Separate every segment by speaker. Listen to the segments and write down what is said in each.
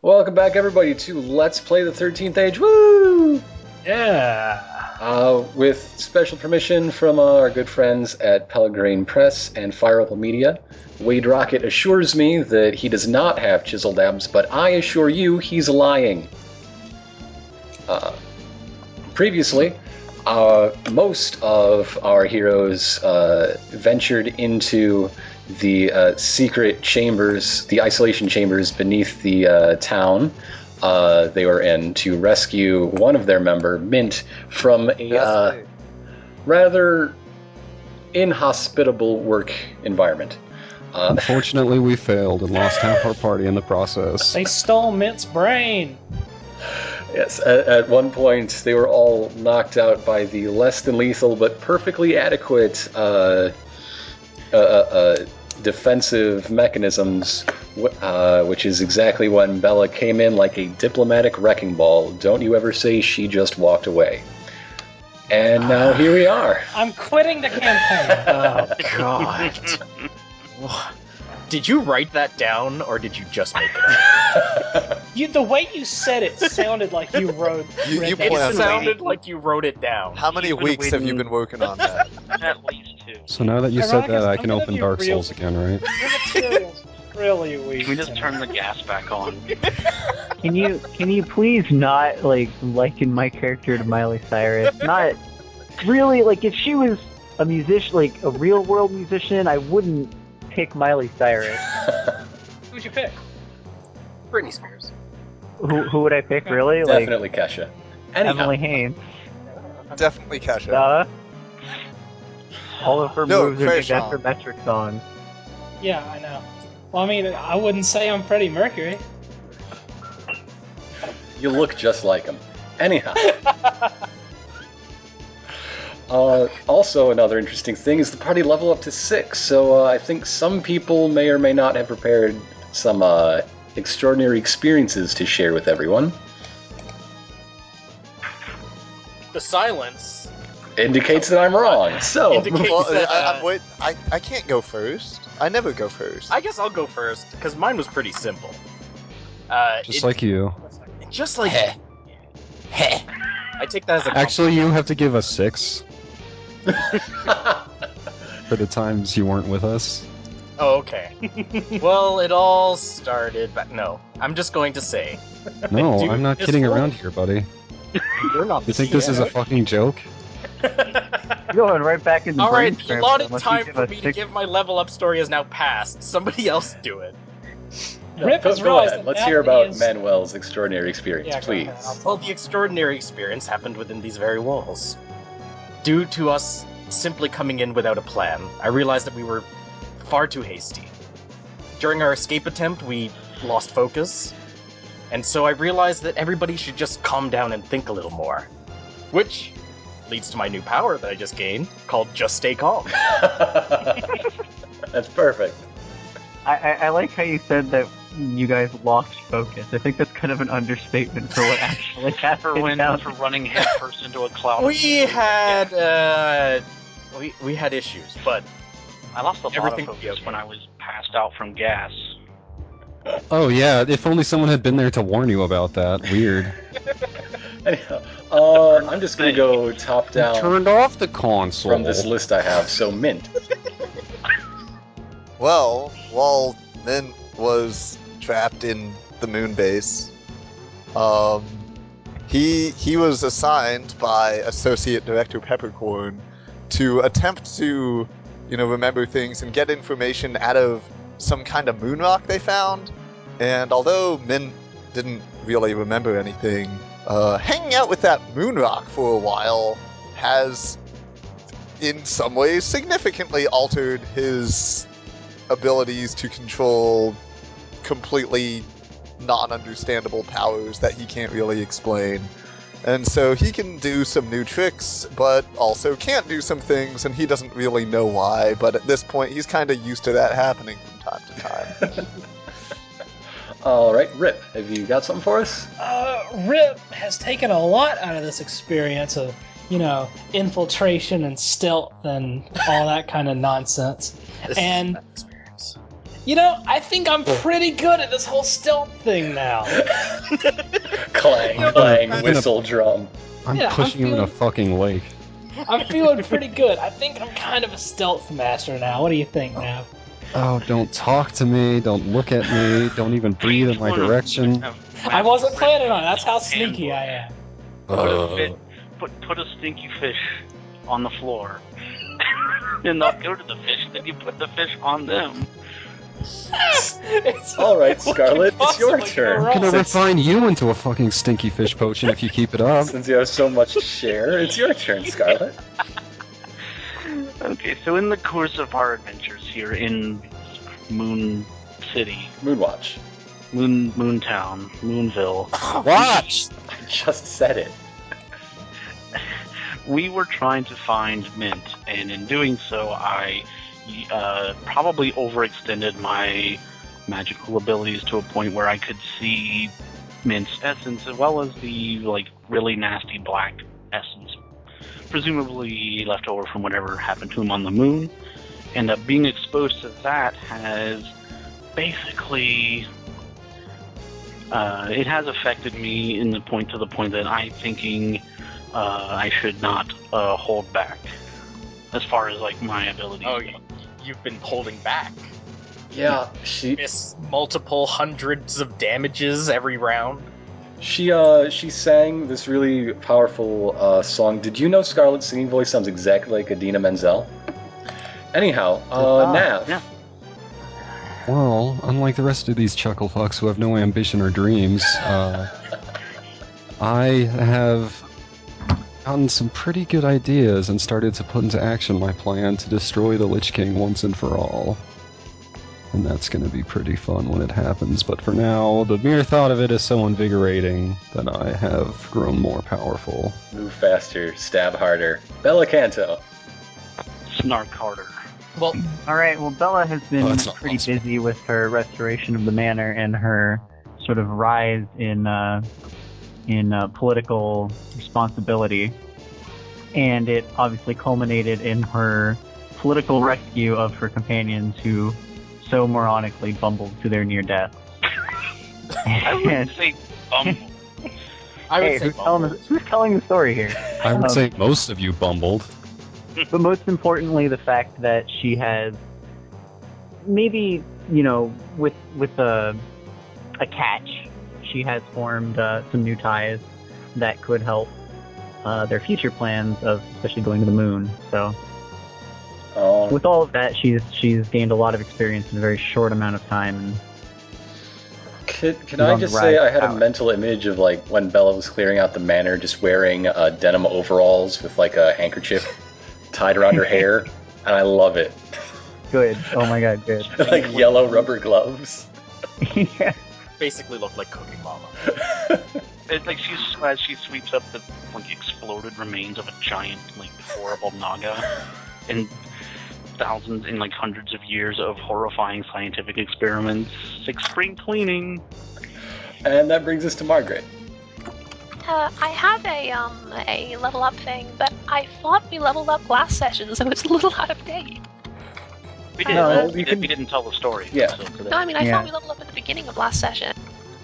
Speaker 1: Welcome back, everybody, to Let's Play the 13th Age. Woo!
Speaker 2: Yeah.
Speaker 1: Uh, with special permission from our good friends at Pellegrine Press and Fire Apple Media, Wade Rocket assures me that he does not have chiseled abs, but I assure you he's lying. Uh, previously, uh, most of our heroes uh, ventured into the uh, secret chambers, the isolation chambers beneath the uh, town uh, they were in to rescue one of their member, Mint, from a uh, rather inhospitable work environment. Uh,
Speaker 3: Unfortunately, we failed and lost half our party in the process.
Speaker 2: They stole Mint's brain.
Speaker 1: Yes, at, at one point they were all knocked out by the less than lethal but perfectly adequate uh, uh, uh, uh, defensive mechanisms, wh- uh, which is exactly when Bella came in like a diplomatic wrecking ball. Don't you ever say she just walked away. And
Speaker 4: Ah.
Speaker 1: now here we are.
Speaker 2: I'm quitting the campaign.
Speaker 5: Oh God! did you write that down, or did you just make it up?
Speaker 2: you, the way you said it sounded like you wrote.
Speaker 6: You-
Speaker 2: read
Speaker 6: you
Speaker 2: that.
Speaker 5: It
Speaker 6: planned Well,
Speaker 5: sounded like you wrote it down.
Speaker 6: How many
Speaker 7: Even
Speaker 6: weeks have you
Speaker 7: when-
Speaker 6: been working on that?
Speaker 7: At least two.
Speaker 3: So now that you said that, I can
Speaker 2: Ironicus,
Speaker 3: open
Speaker 2: I'm gonna
Speaker 3: Dark
Speaker 2: be real-
Speaker 3: Souls again, right?
Speaker 2: Your material's really weak.
Speaker 7: Can we just turn the gas back on?
Speaker 4: Can you can you please not like liken my character to Miley Cyrus? Not really like if she was a musician, like a real world musician, I wouldn't pick Miley Cyrus.
Speaker 2: Who'd you pick?
Speaker 7: Britney Spears.
Speaker 4: Who who would I pick really? Like
Speaker 1: Definitely Kesha. Anyhow,
Speaker 4: Emily Haynes.
Speaker 6: Definitely Kesha.
Speaker 4: Duh. All of her
Speaker 6: No,
Speaker 4: moves are
Speaker 6: fair
Speaker 4: against
Speaker 6: song.
Speaker 4: her metric song.
Speaker 2: Yeah, I know. Well, I mean, I wouldn't say I'm Freddie Mercury.
Speaker 1: you look just like him. Anyhow. Uh, also, another interesting thing is the party level up to six, so uh, I think some people may or may not have prepared some uh, extraordinary experiences to share with everyone.
Speaker 5: The silence.
Speaker 1: Indicates that I'm wrong. So,
Speaker 5: Indicates
Speaker 6: Well,
Speaker 5: that,
Speaker 6: I, I,
Speaker 5: uh,
Speaker 6: wait, I, I can't go first. I never go first.
Speaker 5: I guess I'll go first because mine was pretty simple. Uh,
Speaker 3: Just
Speaker 5: it-
Speaker 3: like you.
Speaker 5: just like I take that as a compliment.
Speaker 3: Actually, you have to give us six for the times you weren't with us.
Speaker 5: Oh, okay. well, it all started, but no. I'm just going to say
Speaker 3: No,
Speaker 5: Dude,
Speaker 3: I'm not
Speaker 5: this
Speaker 3: kidding
Speaker 5: whole-
Speaker 3: around here, buddy.
Speaker 5: you're not.
Speaker 3: You think this is a fucking joke?
Speaker 4: You're going right back in the
Speaker 5: All right, the
Speaker 4: brainstorm
Speaker 5: allotted
Speaker 4: unless you
Speaker 5: time
Speaker 4: give
Speaker 5: for
Speaker 4: us
Speaker 5: me to
Speaker 4: six-
Speaker 5: give my level up story is now past. Somebody else do it.
Speaker 1: No,
Speaker 2: Rip
Speaker 1: go-
Speaker 2: has
Speaker 1: go
Speaker 2: realized
Speaker 1: ahead.
Speaker 2: that
Speaker 1: Let's hear
Speaker 2: Anthony
Speaker 1: about
Speaker 2: is-
Speaker 1: Manuel's extraordinary experience,
Speaker 2: Yeah, go
Speaker 1: please.
Speaker 2: ahead. I'll-
Speaker 5: Well, the extraordinary experience happened within these very walls. Due to us simply coming in without a plan, I realized that we were far too hasty. During our escape attempt, we lost focus, and so I realized that everybody should just calm down and think a little more. Which leads to my new power that I just gained called Just Stay Calm.
Speaker 1: That's perfect.
Speaker 4: I, I, I like how you said that you guys lost focus. I think that's kind of an understatement for what actually
Speaker 7: For
Speaker 4: happened.
Speaker 7: when
Speaker 4: down
Speaker 7: for running headfirst into a cloud.
Speaker 5: We had, uh, we, we had issues, but
Speaker 7: I lost a lot
Speaker 5: everything
Speaker 7: of
Speaker 5: will be
Speaker 7: focus
Speaker 5: okay.
Speaker 7: when I was passed out from gas.
Speaker 3: Oh yeah, if only someone had been there to warn you about that. Weird.
Speaker 1: Anyhow, uh, I'm just going to go top down
Speaker 3: Turned off the console.
Speaker 1: from this list I have. So, Mint.
Speaker 6: Well, while Mint was trapped in the moon base, um, he he was assigned by Associate Director Peppercorn to attempt to, you know, remember things and get information out of some kind of moon rock they found. And although Mint didn't really remember anything, uh, hanging out with that moon rock for a while has, in some ways, significantly altered his abilities to control completely non understandable powers that he can't really explain. And so he can do some new tricks, but also can't do some things, and he doesn't really know why. But at this point, he's kind of used to that happening from time to time.
Speaker 1: All right, Rip, have you got something for us?
Speaker 2: Uh, Rip has taken a lot out of this experience of, you know, infiltration and stealth and all that kind of nonsense.
Speaker 5: this
Speaker 2: And-
Speaker 5: is an experience.
Speaker 2: You know, I think I'm pretty good at this whole stealth thing now.
Speaker 1: clang, clang, whistle, drum.
Speaker 3: I'm
Speaker 2: Yeah, I'm
Speaker 3: pushing you in a
Speaker 2: feeling-
Speaker 3: fucking lake.
Speaker 2: I'm feeling pretty good. I think I'm kind of a stealth master now. What do you think, now?
Speaker 3: Oh, don't talk to me. Don't look at me. Don't even breathe in my direction.
Speaker 2: I wasn't planning on. it. That's how sneaky I am.
Speaker 7: Put, a
Speaker 3: Uh,
Speaker 7: fit, put, put a stinky fish on the floor. and they'll go to the fish, then you put the fish on them.
Speaker 2: It's-
Speaker 1: All right,
Speaker 2: what
Speaker 1: Scarlet,
Speaker 2: could
Speaker 1: it's your
Speaker 2: possibly go
Speaker 1: turn.
Speaker 3: I'm
Speaker 2: wrong?
Speaker 3: gonna refine you into a fucking stinky fish potion if you keep it up.
Speaker 1: Since you have so much to share, it's your turn, Scarlet.
Speaker 7: Okay, so in the course of our adventures here in Moon City,
Speaker 1: Moonwatch.
Speaker 7: Moon Moontown, Moonville,
Speaker 3: Watch.
Speaker 1: I just said it.
Speaker 7: we were trying to find mint, and in doing so, I uh, probably overextended my magical abilities to a point where I could see mint's essence as well as the like really nasty black essence, presumably left over from whatever happened to him on the moon, and uh, being exposed to that has basically. Uh, it has affected me in the point to the point that I'm thinking uh, I should not uh, hold back as far as like my ability.
Speaker 5: Oh, you- you've been holding back.
Speaker 1: Yeah, she
Speaker 5: Miss multiple hundreds of damages every round.
Speaker 1: she uh she sang this really powerful uh, song. Did you know Scarlet's singing voice sounds exactly like Adina Menzel? Anyhow, uh,
Speaker 4: Ah,
Speaker 1: Nav.
Speaker 7: yeah.
Speaker 3: Well, unlike the rest of these chuckle fucks who have no ambition or dreams, uh, I have gotten some pretty good ideas and started to put into action my plan to destroy the Lich King once and for all. And that's going to be pretty fun when it happens, but for now, the mere thought of it is so invigorating that I have grown more powerful.
Speaker 1: Move faster, stab harder. Bella Canto.
Speaker 7: Snark harder.
Speaker 5: Well,
Speaker 4: All right. Well, Bella has been
Speaker 3: Oh, that's not
Speaker 4: pretty
Speaker 3: possible.
Speaker 4: busy with her restoration of the manor and her sort of rise in uh, in uh, political responsibility, and it obviously culminated in her political rescue of her companions who so moronically bumbled to their near death.
Speaker 7: I
Speaker 4: And-
Speaker 7: would say um, bumble.
Speaker 5: I would
Speaker 4: hey,
Speaker 5: say
Speaker 4: who's telling,
Speaker 5: Bumble.
Speaker 4: the, who's telling the story here?
Speaker 3: I would say most of you bumbled.
Speaker 4: but most importantly the fact that she has maybe you know with with a a catch she has formed uh, some new ties that could help uh, their future plans of especially going to the moon so
Speaker 1: Um,
Speaker 4: with all of that she's she's gained a lot of experience in a very short amount of time and
Speaker 1: Can, can
Speaker 4: You're
Speaker 1: I
Speaker 4: on
Speaker 1: just
Speaker 4: the
Speaker 1: say
Speaker 4: right
Speaker 1: I had a
Speaker 4: path.
Speaker 1: mental image of like when Bella was clearing out the manor, just wearing uh, denim overalls with like a handkerchief tied around her hair, and I love it.
Speaker 4: good oh my god good
Speaker 1: like yellow rubber gloves.
Speaker 4: yeah.
Speaker 5: basically looked like Cooking Mama.
Speaker 7: It's like she's as she sweeps up the like exploded remains of a giant, like horrible naga, and thousands and like hundreds of years of horrifying scientific experiments, like spring cleaning.
Speaker 1: and that brings us to Margaret.
Speaker 8: Uh, I have a um a level up thing, but I thought we leveled up last session, so it's a little out of date.
Speaker 7: We didn't.
Speaker 4: No,
Speaker 1: you
Speaker 7: we,
Speaker 1: can-
Speaker 7: did, not tell the story.
Speaker 1: Yeah.
Speaker 7: So today.
Speaker 8: No, I mean I
Speaker 4: Yeah.
Speaker 8: thought we leveled up at the beginning of last session.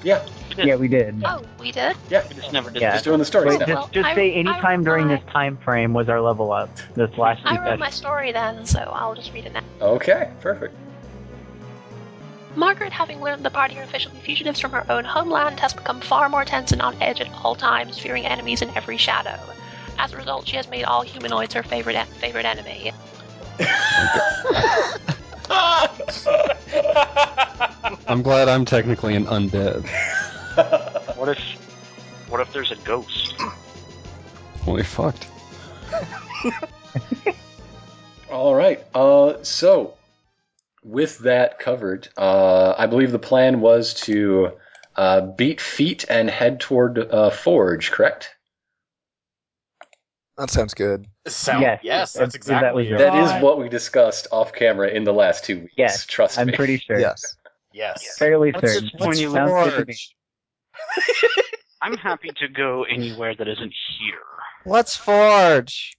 Speaker 1: Yeah,
Speaker 4: yeah we did
Speaker 8: Oh, we did.
Speaker 1: yeah.
Speaker 7: we just never did.
Speaker 4: Yeah.
Speaker 1: Just doing the stories
Speaker 8: Wait,
Speaker 1: now.
Speaker 8: Well,
Speaker 4: just, just
Speaker 8: I-
Speaker 4: say any
Speaker 8: I-
Speaker 4: time during
Speaker 8: I-
Speaker 4: this time frame was our level up this last
Speaker 8: I
Speaker 4: two
Speaker 8: wrote my
Speaker 4: sessions.
Speaker 8: story then, so I'll just read it now.
Speaker 1: Okay, perfect.
Speaker 8: Margaret, having learned the party are officially fugitives from her own homeland, has become far more tense and on edge at all times, fearing enemies in every shadow. As a result, she has made all humanoids her favorite en- favorite enemy.
Speaker 3: I'm glad I'm technically an undead.
Speaker 7: What if? What if there's a ghost?
Speaker 3: Holy fucked.
Speaker 1: All right. Uh, so, with that covered, uh, I believe the plan was to uh, beat feet and head toward uh, Forge, correct?
Speaker 6: That sounds good.
Speaker 5: Sound, yes,
Speaker 4: Yes.
Speaker 5: that's
Speaker 4: If- if that was
Speaker 5: exactly it.
Speaker 2: your-
Speaker 1: That is
Speaker 2: Right.
Speaker 1: what we discussed off camera in the last two weeks.
Speaker 4: Yes,
Speaker 1: trust
Speaker 4: I'm
Speaker 1: me.
Speaker 4: pretty sure.
Speaker 6: Yes.
Speaker 5: Yes.
Speaker 4: Fairly
Speaker 7: What's
Speaker 4: certain.
Speaker 7: this What's pointy
Speaker 4: Sounds good to me.
Speaker 3: Forge?
Speaker 7: I'm happy to go anywhere that isn't here.
Speaker 3: Let's forge.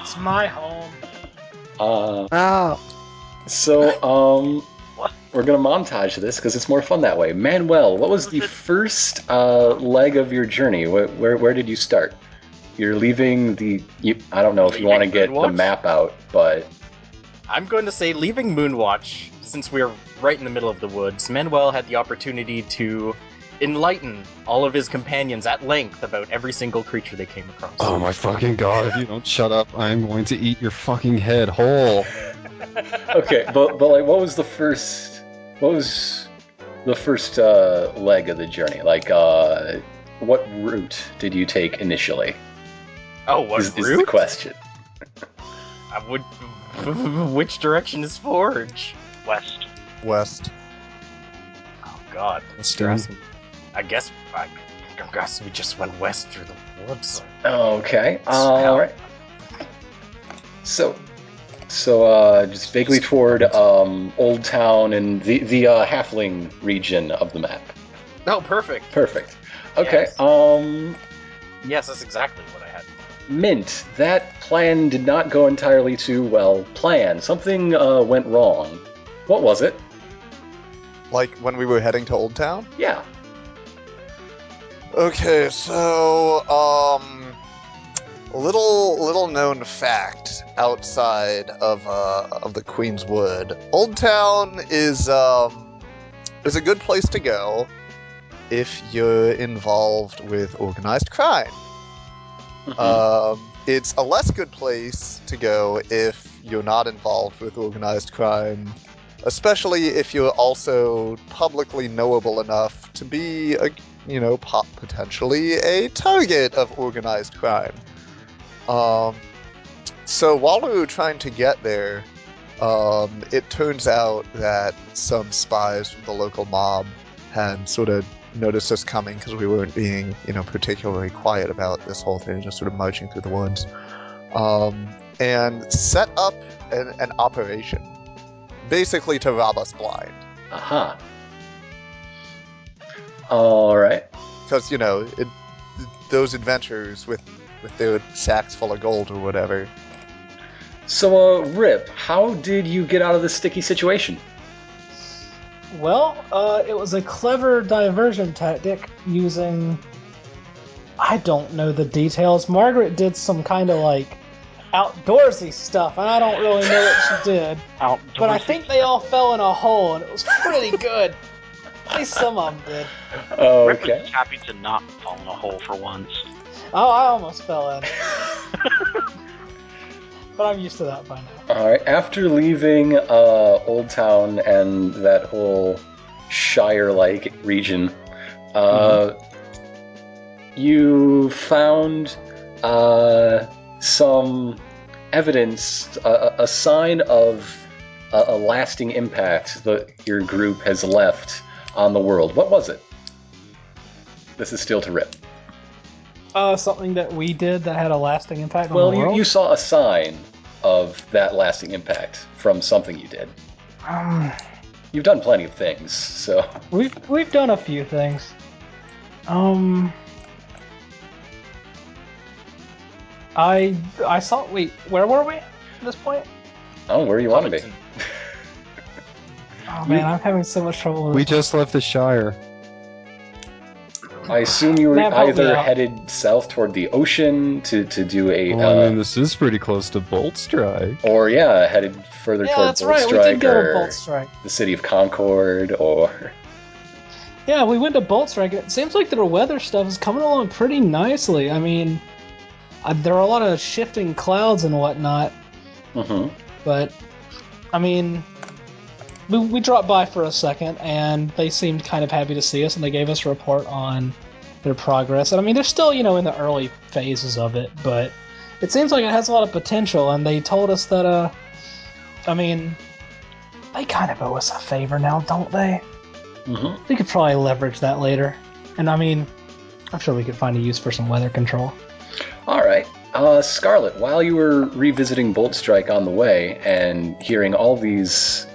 Speaker 2: It's my home.
Speaker 1: Uh,
Speaker 3: Oh.
Speaker 1: So, um,
Speaker 7: What?
Speaker 1: we're gonna montage this because it's more fun that way. Manuel, what was the first uh, leg of your journey? Where, where where did you start? You're leaving the. You, I don't know if you want to get the
Speaker 5: Moonwatch?
Speaker 1: map out, but
Speaker 5: I'm going to say, leaving Moonwatch, since we're right in the middle of the woods, Manuel had the opportunity to enlighten all of his companions at length about every single creature they came across.
Speaker 3: Oh my fucking god, if you don't shut up, I'm going to eat your fucking head whole.
Speaker 1: okay. but but like, what was the first? What was the first uh, leg of the journey? Like, uh, what route did you take initially?
Speaker 5: Oh, what
Speaker 1: Is, is the
Speaker 5: route?
Speaker 1: question.
Speaker 5: I would. Which direction is Forge?
Speaker 7: West.
Speaker 6: West.
Speaker 5: Oh God. You're asking- I guess. I, I guess we just went west through the woods.
Speaker 1: Okay.
Speaker 5: Smell.
Speaker 1: All right. So, so uh, just vaguely toward um, Old Town and the the uh, Halfling region of the map.
Speaker 5: No, Oh, perfect.
Speaker 1: Perfect. Okay.
Speaker 5: Yes.
Speaker 1: Um,
Speaker 5: Yes, that's exactly what I had.
Speaker 1: Mint. That plan did not go entirely too well. Planned. Something uh, went wrong. What was it?
Speaker 6: Like when we were heading to Old Town?
Speaker 1: Yeah.
Speaker 6: Okay, so um little little known fact outside of uh of the Queen's Wood. Old Town is um is a good place to go if you're involved with organized crime.
Speaker 1: Uh,
Speaker 6: Um, it's a less good place to go if you're not involved with organized crime, especially if you're also publicly knowable enough to be a you know pot potentially a target of organized crime. Um, so while we were trying to get there, um, it turns out that some spies from the local mob had sort of noticed us coming because we weren't being, you know, particularly quiet about this whole thing, just sort of marching through the woods, um, and set up an, an operation, basically to rob us blind.
Speaker 1: Aha. All right.
Speaker 6: because you know it, those adventurers with with their sacks full of gold or whatever.
Speaker 1: So, uh, Rip, how did you get out of this sticky situation?
Speaker 2: Well, uh, it was a clever diversion tactic using. I don't know the details. Margaret did some kind of like outdoorsy stuff, and I don't really know what she did.
Speaker 7: Out.
Speaker 2: But I think they all fell in a hole, and it was pretty good. At least some of them did.
Speaker 1: Oh,
Speaker 7: Rip
Speaker 1: okay.
Speaker 7: was happy to not fall in a hole for once.
Speaker 2: Oh, I almost fell in. but I'm used to that by now.
Speaker 1: All right. After leaving uh, Old Town and that whole Shire-like region, uh, you found uh, some evidence, a, a- a sign of a, a lasting impact that your group has left on the world. What was it? This is still to rip.
Speaker 2: Uh, something that we did that had a lasting impact on
Speaker 1: Well,
Speaker 2: the
Speaker 1: you,
Speaker 2: world.
Speaker 1: you saw a sign of that lasting impact from something you did.
Speaker 2: Um,
Speaker 1: You've done plenty of things, so.
Speaker 2: We've we've done a few things. Um I I saw wait, where were we at this point?
Speaker 1: Oh, where you want to be?
Speaker 2: Oh man, I'm having so much trouble with
Speaker 3: We just left the Shire.
Speaker 1: I assume you were
Speaker 2: Map, help me
Speaker 1: either
Speaker 2: out.
Speaker 1: headed south toward the ocean to, to do a,
Speaker 3: Well, Oh, I
Speaker 1: uh,
Speaker 3: mean, this is pretty close to Bolt Strike.
Speaker 1: or yeah, headed further
Speaker 2: Yeah,
Speaker 1: toward
Speaker 2: that's
Speaker 1: Bolt
Speaker 2: right. We
Speaker 1: Strike
Speaker 2: did go
Speaker 1: or
Speaker 2: to Bolt Strike.
Speaker 1: the city of Concord or
Speaker 2: Yeah, we went to Bolt Strike and it seems like their weather stuff is coming along pretty nicely. I mean, uh, there are a lot of shifting clouds and whatnot,
Speaker 1: Mhm.
Speaker 2: but I mean, we, we dropped by for a second, and they seemed kind of happy to see us, and they gave us a report on their progress. And I mean, they're still you know in the early phases of it, but it seems like it has a lot of potential. And they told us that uh, I mean, they kind of owe us a favor now, don't they?
Speaker 1: Mhm.
Speaker 2: We could probably leverage that later. And I mean, I'm sure we could find a use for some weather control.
Speaker 1: All right. Uh, Scarlet, while you were revisiting Bolt Strike on the way and hearing all these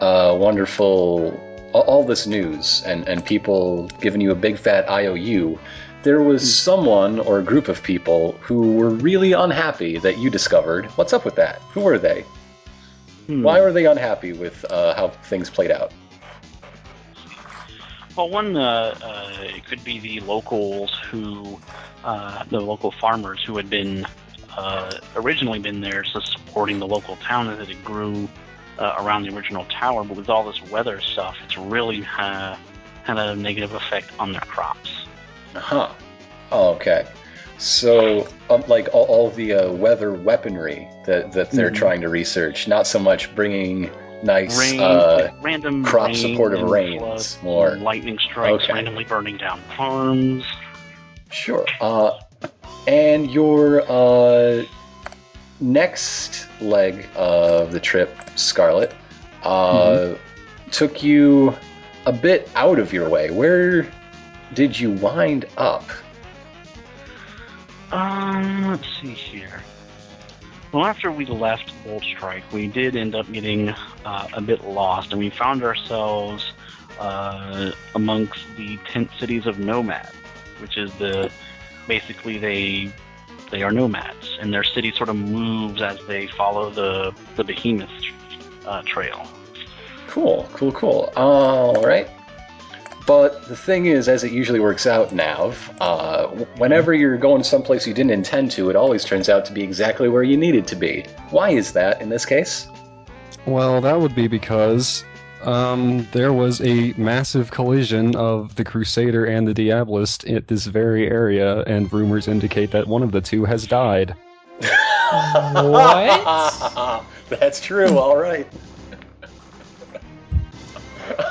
Speaker 1: uh, wonderful, all- all this news and, and people giving you a big fat IOU, there was someone or a group of people who were really unhappy that you discovered. What's up with that? Who were they?
Speaker 4: Hmm.
Speaker 1: Why were they unhappy with uh, how things played out?
Speaker 7: Well, one uh, uh, it could be the locals who, uh, the local farmers who had been uh, originally been there so supporting the local town as it grew uh, around the original tower. But with all this weather stuff, it's really uh, had a negative effect on their crops.
Speaker 1: Huh. Oh, Okay. So, um, like all, all the uh, weather weaponry that, that they're
Speaker 4: Mhm.
Speaker 1: trying to research, not so much bringing nice.
Speaker 7: Rain,
Speaker 1: uh,
Speaker 7: like random
Speaker 1: crop
Speaker 7: rain
Speaker 1: supportive
Speaker 7: and
Speaker 1: rains,
Speaker 7: floods,
Speaker 1: more.
Speaker 7: lightning strikes,
Speaker 1: Okay.
Speaker 7: randomly burning down farms.
Speaker 1: Sure. Uh, and your uh, next leg of the trip, Scarlet, uh, took you a bit out of your way. Where did you wind up?
Speaker 7: Um, let's see here. Well, after we left Bolt Strike, we did end up getting uh, a bit lost, and we found ourselves uh, amongst the tent cities of Nomad, which is the basically they they are nomads, and their city sort of moves as they follow the the Behemoth uh, trail.
Speaker 1: Cool, cool, cool. All right. But the thing is, as it usually works out, Nav, uh, w- whenever you're going someplace you didn't intend to, it always turns out to be exactly where you needed to be. Why is that in this case?
Speaker 3: Well, that would be because um, there was a massive collision of the Crusader and the Diabolist at this very area, and rumors indicate that one of the two has died.
Speaker 2: What?
Speaker 1: That's true. All right.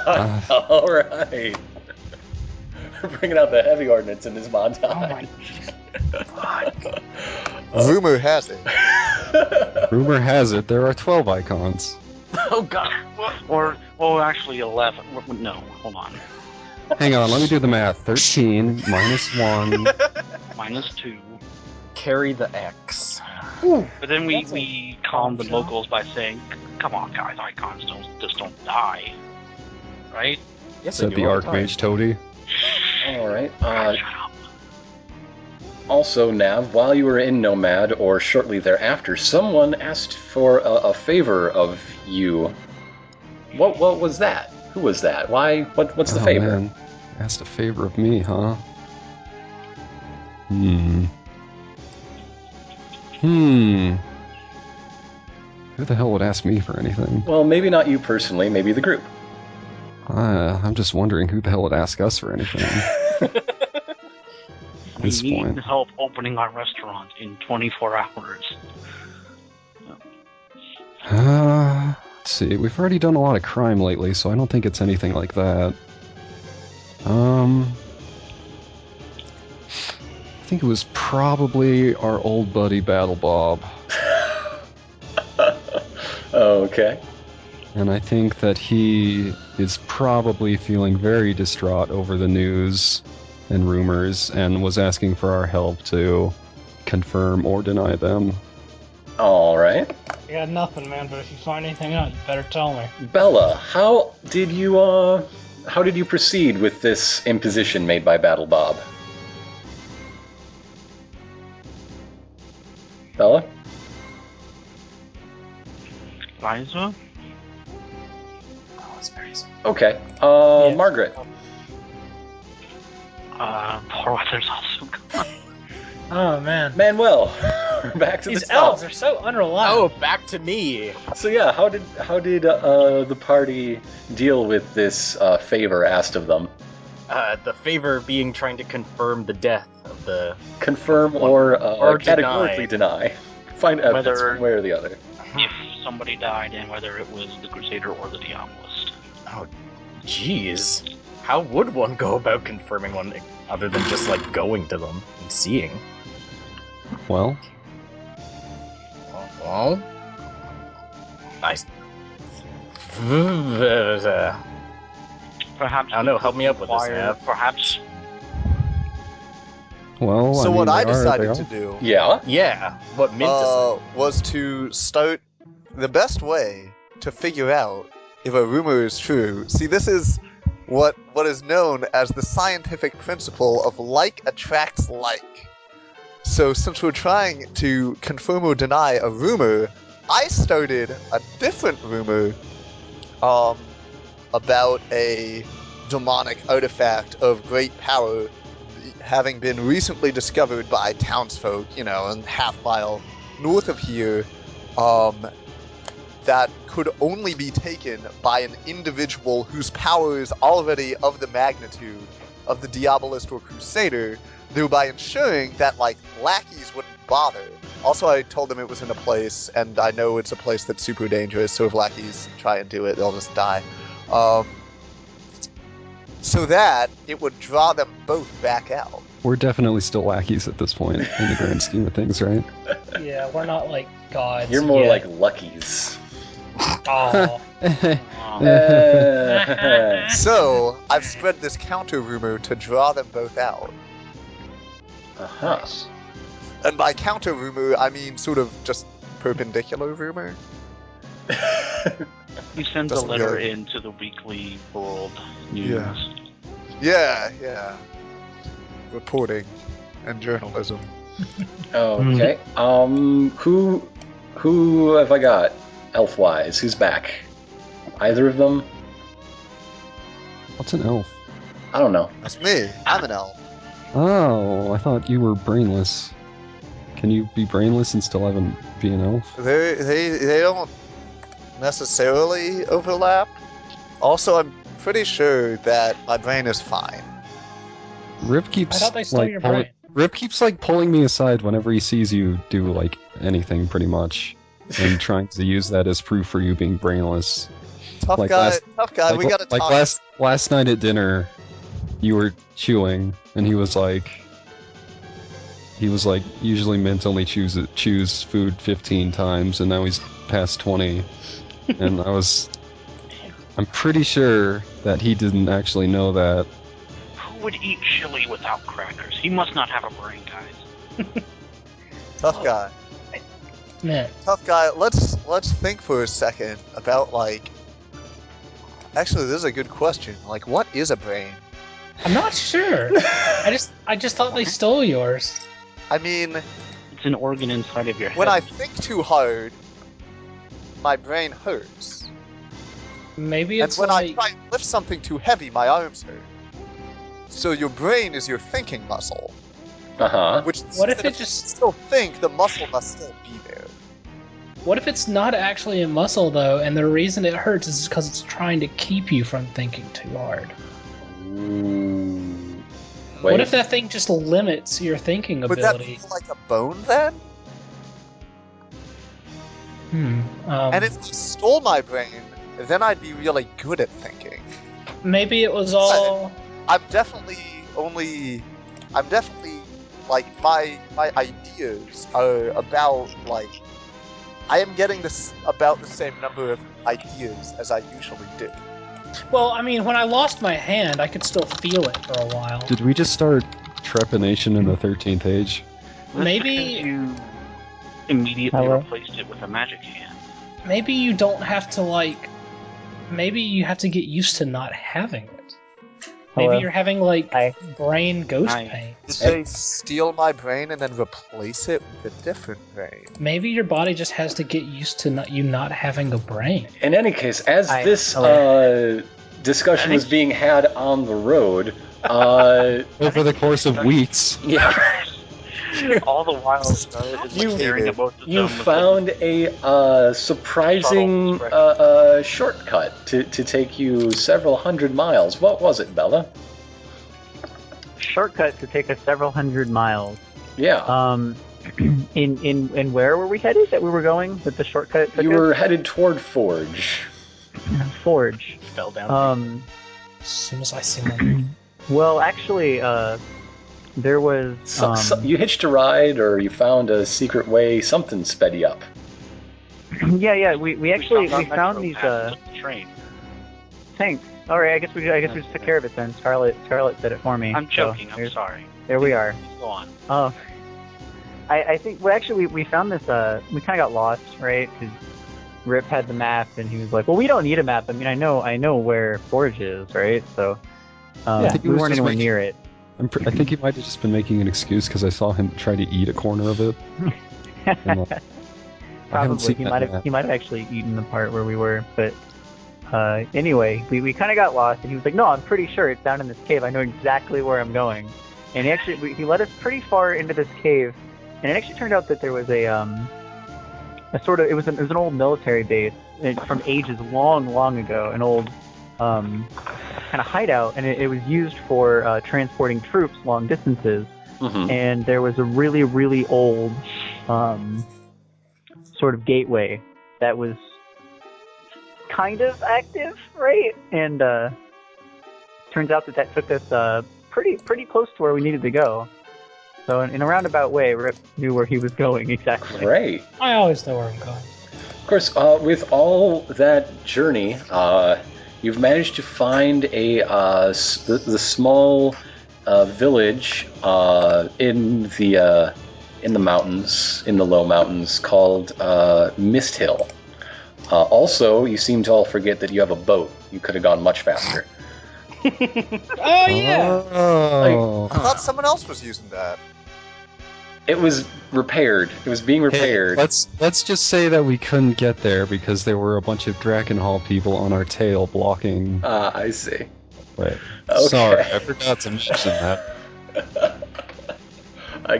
Speaker 3: Uh.
Speaker 1: all right. We're bringing out the heavy ordnance in this montage.
Speaker 7: Oh my
Speaker 6: Rumor has it.
Speaker 3: Rumor has it there are 12 icons.
Speaker 5: Oh god.
Speaker 7: Or oh, actually eleven. w- w- No, hold on.
Speaker 3: Hang on, let me do the math. 13 minus 1.
Speaker 7: Minus two.
Speaker 5: Carry the X.
Speaker 7: But then we,
Speaker 2: That's a
Speaker 7: we calmed the
Speaker 2: bombshell.
Speaker 7: locals by saying, "Come on, guys, icons don't just don't die, right?"
Speaker 5: Yes, I
Speaker 3: said
Speaker 5: do
Speaker 3: the
Speaker 5: all time.
Speaker 3: Archmage Toady.
Speaker 1: All right. Uh,
Speaker 7: Shut up.
Speaker 1: also, Nav, while you were in Nomad or shortly thereafter, someone asked for a, a favor of you. What? What was that? Who was that? Why? What? What's the
Speaker 3: Oh,
Speaker 1: favor?
Speaker 3: man. Asked a favor of me, huh? Hmm. Hmm. Who the hell would ask me for anything?
Speaker 1: Well, maybe not you personally. Maybe the group.
Speaker 3: Uh, I'm just wondering who the hell would ask us for anything. At
Speaker 7: We
Speaker 3: this
Speaker 7: need
Speaker 3: point.
Speaker 7: help opening our restaurant in 24 hours.
Speaker 3: Uh, let's see. We've already done a lot of crime lately, so I don't think it's anything like that. Um, I think it was probably our old buddy Battle Bob,
Speaker 1: Okay.
Speaker 3: and I think that he is probably feeling very distraught over the news and rumors, and was asking for our help to confirm or deny them.
Speaker 1: All right.
Speaker 2: I got nothing, man. But if you find anything out, you better tell me.
Speaker 1: Bella, how did you uh how did you proceed with this imposition made by Battle Bob? Bella?
Speaker 7: Liza,
Speaker 1: Okay. Uh
Speaker 2: Yeah.
Speaker 1: Margaret.
Speaker 7: uh, poor weather's also gone.
Speaker 2: Oh man,
Speaker 1: Manuel. we're back to
Speaker 2: these
Speaker 1: the top.
Speaker 2: elves are so unreliable.
Speaker 5: Oh, back to me.
Speaker 1: So yeah, how did how did uh the party deal with this uh favor asked of them?
Speaker 5: Uh, the favor being trying to confirm the death of the.
Speaker 1: Confirm or uh
Speaker 5: Or deny.
Speaker 1: categorically deny. Find evidence
Speaker 7: Whether-
Speaker 1: one way or the other.
Speaker 7: if somebody died, and whether it was the Crusader or the Diabolist.
Speaker 5: Jeez. How would one go about confirming one other than just like going to them and seeing?
Speaker 3: Well,
Speaker 5: Well, I. I
Speaker 7: Perhaps
Speaker 5: don't know. Help me up with this,
Speaker 7: Wire,
Speaker 5: Nav.
Speaker 7: perhaps
Speaker 3: well. Oh, I
Speaker 6: so
Speaker 3: mean,
Speaker 6: what
Speaker 3: they
Speaker 6: I
Speaker 3: are- they
Speaker 6: decided
Speaker 3: are-
Speaker 6: to do
Speaker 1: Yeah.
Speaker 5: Yeah, what Mint is.
Speaker 6: uh, was to start the best way to figure out if a rumor is true. See, this is what what is known as the scientific principle of like attracts like. So, since we're trying to confirm or deny a rumor, I started a different rumor um, about a demonic artifact of great power having been recently discovered by townsfolk, you know, a half mile north of here, um, that could only be taken by an individual whose power is already of the magnitude of the Diabolist or Crusader, thereby ensuring that, like, lackeys wouldn't bother. Also, I told them it was in a place, and I know it's a place that's super dangerous, so if lackeys try and do it, they'll just die. Um, so that it would draw them both back out.
Speaker 3: We're definitely still lackeys at this point in the grand scheme of things, right?
Speaker 6: Oh.
Speaker 2: Yeah, we're not like gods.
Speaker 1: You're more
Speaker 2: yet.
Speaker 1: like luckies.
Speaker 2: Aw.
Speaker 7: um,
Speaker 1: Uh,
Speaker 6: So I've spread this counter rumor to draw them both out.
Speaker 1: uh-huh.
Speaker 6: And by counter rumor, I mean sort of just perpendicular rumor.
Speaker 7: You send the
Speaker 6: Doesn't
Speaker 7: letter
Speaker 6: really-
Speaker 7: in to the Weekly World News.
Speaker 6: Yeah, yeah. Reporting and journalism.
Speaker 1: Okay. Um, who, who have I got? Elf wise, who's back? Either of them?
Speaker 3: What's an elf?
Speaker 1: I don't know.
Speaker 6: That's me. I'm an elf.
Speaker 3: Oh, I thought you were brainless. Can you be brainless and still have a be an elf?
Speaker 6: They they they don't necessarily overlap. Also, I'm pretty sure that my brain is fine.
Speaker 3: Rip keeps
Speaker 2: I thought they stole
Speaker 3: like
Speaker 2: your
Speaker 3: pulling-
Speaker 2: brain.
Speaker 3: Rip keeps like pulling me aside whenever he sees you do like anything, pretty much, and trying to use that as proof for you being brainless.
Speaker 6: Tough
Speaker 3: Like
Speaker 6: guy.
Speaker 3: last-
Speaker 6: tough guy.
Speaker 3: like,
Speaker 6: Uh, we gotta
Speaker 3: like
Speaker 6: talk.
Speaker 3: last last night at dinner, you were chewing, and he was like, he was like, usually mint only choose choose food fifteen times, and now he's past twenty, and I was, I'm pretty sure that he didn't actually know that.
Speaker 7: Who would eat chili without crackers? He must not have a brain, guys.
Speaker 6: Tough guy.
Speaker 2: Man,
Speaker 6: tough guy let's let's think for a second about like actually this is a good question like what is a brain
Speaker 2: I'm not sure. I just I just thought they stole yours.
Speaker 6: i mean
Speaker 7: It's an organ inside of your head.
Speaker 6: when i think too hard my brain hurts
Speaker 2: Maybe
Speaker 6: and
Speaker 2: it's
Speaker 6: when i
Speaker 2: like
Speaker 6: try and lift something too heavy my arms hurt so your brain is your thinking muscle
Speaker 1: Uh huh.
Speaker 6: which
Speaker 2: What if
Speaker 6: instead
Speaker 2: it
Speaker 6: of
Speaker 2: just-
Speaker 6: still think the muscle must still be there
Speaker 2: what if it's not actually a muscle though, and the reason it hurts is because it's trying to keep you from thinking too hard.
Speaker 1: Ooh.
Speaker 2: What
Speaker 1: Wait.
Speaker 2: if that thing just limits your thinking
Speaker 6: would that
Speaker 2: ability?
Speaker 6: feel like a bone then
Speaker 2: Hmm. Um,
Speaker 6: and if you stole my brain then i'd be really good at thinking
Speaker 2: maybe it was all.
Speaker 6: I'm definitely only. I'm definitely like my my ideas are about like. I am getting this about the same number of ideas as I usually do.
Speaker 2: Well, I mean, when I lost my hand, I could still feel it for a while.
Speaker 3: Did we just start trepanation in the thirteenth age?
Speaker 7: That's
Speaker 2: Maybe-
Speaker 7: because you immediately
Speaker 4: Hello?
Speaker 7: replaced it with a magic hand.
Speaker 2: Maybe you don't have to like. Maybe you have to get used to not having it. Maybe
Speaker 4: Hello?
Speaker 2: you're having like
Speaker 4: Hi.
Speaker 2: brain ghost
Speaker 7: Hi.
Speaker 2: pain.
Speaker 6: Did they steal my brain and then replace it with a different brain?
Speaker 2: Maybe your body just has to get used to not you not having a brain.
Speaker 1: In any case, as
Speaker 4: I- oh,
Speaker 1: this
Speaker 4: hello.
Speaker 1: uh, discussion was being had on the road, uh,
Speaker 3: Over the course of weeks,
Speaker 1: yeah,
Speaker 7: All the while, Scarlet is
Speaker 1: You-
Speaker 7: like staring at both of
Speaker 1: you
Speaker 7: them with
Speaker 1: found a uh, surprising uh,
Speaker 7: Subtle
Speaker 1: uh, shortcut to, to take you several hundred miles. What was it, Bella?
Speaker 4: Shortcut to take us several hundred miles.
Speaker 1: Yeah,
Speaker 4: Um, in in in where were we headed that we were going with the shortcut? took
Speaker 1: you
Speaker 4: us?
Speaker 1: were headed toward Forge.
Speaker 4: Forge.
Speaker 5: He fell down.
Speaker 4: Um,
Speaker 2: As soon as I see one,
Speaker 4: well, actually, uh, there was
Speaker 1: So,
Speaker 4: um,
Speaker 1: so- you hitched a ride, or you found a secret way. Something sped you up.
Speaker 4: yeah, yeah. We, we actually
Speaker 7: our
Speaker 4: we found
Speaker 7: metro
Speaker 4: these
Speaker 7: pass
Speaker 4: uh
Speaker 7: and took the train.
Speaker 4: tanks. All right, I guess we I guess we just took care of it then. Scarlet Scarlet did it for me.
Speaker 7: I'm
Speaker 4: so
Speaker 7: joking. I'm
Speaker 4: there's-
Speaker 7: sorry.
Speaker 4: There we are.
Speaker 7: Please go on.
Speaker 4: Oh, I, I think well, actually we, we found this. Uh, we kind of got lost, right? Because Rip had the map, and he was like, "Well, we don't need a map. I mean, I know, I know where Forge is, right? So um,
Speaker 3: I think he
Speaker 4: we
Speaker 3: was
Speaker 4: weren't
Speaker 3: just
Speaker 4: anywhere
Speaker 3: making-
Speaker 4: near it."
Speaker 3: I'm pr- I think he might have just been making an excuse because I saw him try to eat a corner of it. And, like, I haven't
Speaker 4: Probably
Speaker 3: seen
Speaker 4: he
Speaker 3: that
Speaker 4: might have
Speaker 3: map.
Speaker 4: he might have actually eaten the part where we were, but uh, anyway, we, we kind of got lost, and he was like, "No, I'm pretty sure it's down in this cave. I know exactly where I'm going." And he actually we, he led us pretty far into this cave, and it actually turned out that there was a um a sort of it was an, it was an old military base and from ages long long ago, an old um kind of hideout, and it, it was used for uh, transporting troops long distances
Speaker 1: Mm-hmm.
Speaker 4: and there was a really really old um, sort of gateway that was kind of active right and uh, turns out that that took us uh, pretty pretty close to where we needed to go so in, in a roundabout way rip knew where he was going exactly
Speaker 1: Great.
Speaker 2: I always know where I'm going.
Speaker 1: Of course, uh, with all that journey, uh, you've managed to find a uh, s- the, the small uh, village uh, in the uh, in the mountains, in the low mountains, called uh, Mist Hill. Uh, also, you seem to all forget that you have a boat. You could have gone much faster.
Speaker 2: Oh yeah.
Speaker 3: Oh.
Speaker 6: I thought someone else was using that.
Speaker 1: It was repaired. It was being
Speaker 3: Hey,
Speaker 1: repaired.
Speaker 3: let's let's just say that we couldn't get there because there were a bunch of Drakenhall people on our tail blocking.
Speaker 1: Ah, I see.
Speaker 3: Right.
Speaker 1: Okay.
Speaker 3: Sorry, I forgot to mention that.
Speaker 1: I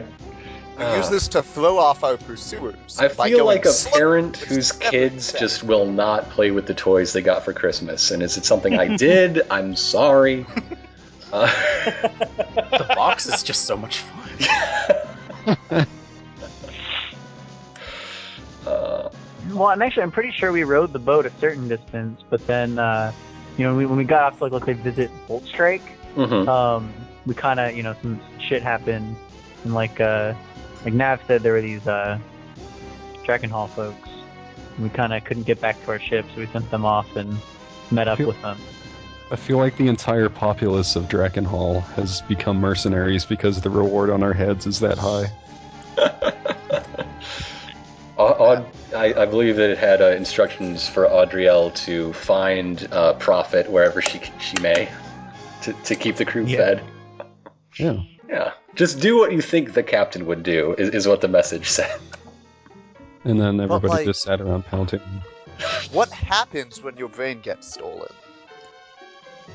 Speaker 6: We
Speaker 1: Ah.
Speaker 6: use this to throw off our pursuers.
Speaker 1: I
Speaker 6: by
Speaker 1: feel
Speaker 6: going
Speaker 1: like a
Speaker 6: slow.
Speaker 1: parent
Speaker 6: with
Speaker 1: whose
Speaker 6: every
Speaker 1: kids
Speaker 6: step.
Speaker 1: just will not play with the toys they got for Christmas. And is it something I did? I'm sorry. Uh,
Speaker 5: The box is just so much fun.
Speaker 1: uh,
Speaker 4: well i'm actually i'm pretty sure we rode the boat a certain distance but then uh, you know when we, when we got off to like let's say visit bolt strike
Speaker 1: mhm.
Speaker 4: um, we kind of, you know, some shit happened, and like, uh, like Nav said, there were these uh, Drakenhall folks. And we kind of couldn't get back to our ship, so we sent them off and met up
Speaker 3: Cool.
Speaker 4: with them.
Speaker 3: I feel like the entire populace of Drakenhall has become mercenaries because the reward on our heads is that high.
Speaker 1: Au- Aud- I, I believe that it had uh, instructions for Audriel to find uh, profit wherever she c- she may to, to keep the crew
Speaker 4: Yeah.
Speaker 1: fed.
Speaker 3: Yeah.
Speaker 1: Yeah. Just do what you think the captain would do, is, is what the message said.
Speaker 3: And then everybody
Speaker 6: like-
Speaker 3: just sat around pouting.
Speaker 6: What happens when your brain gets stolen?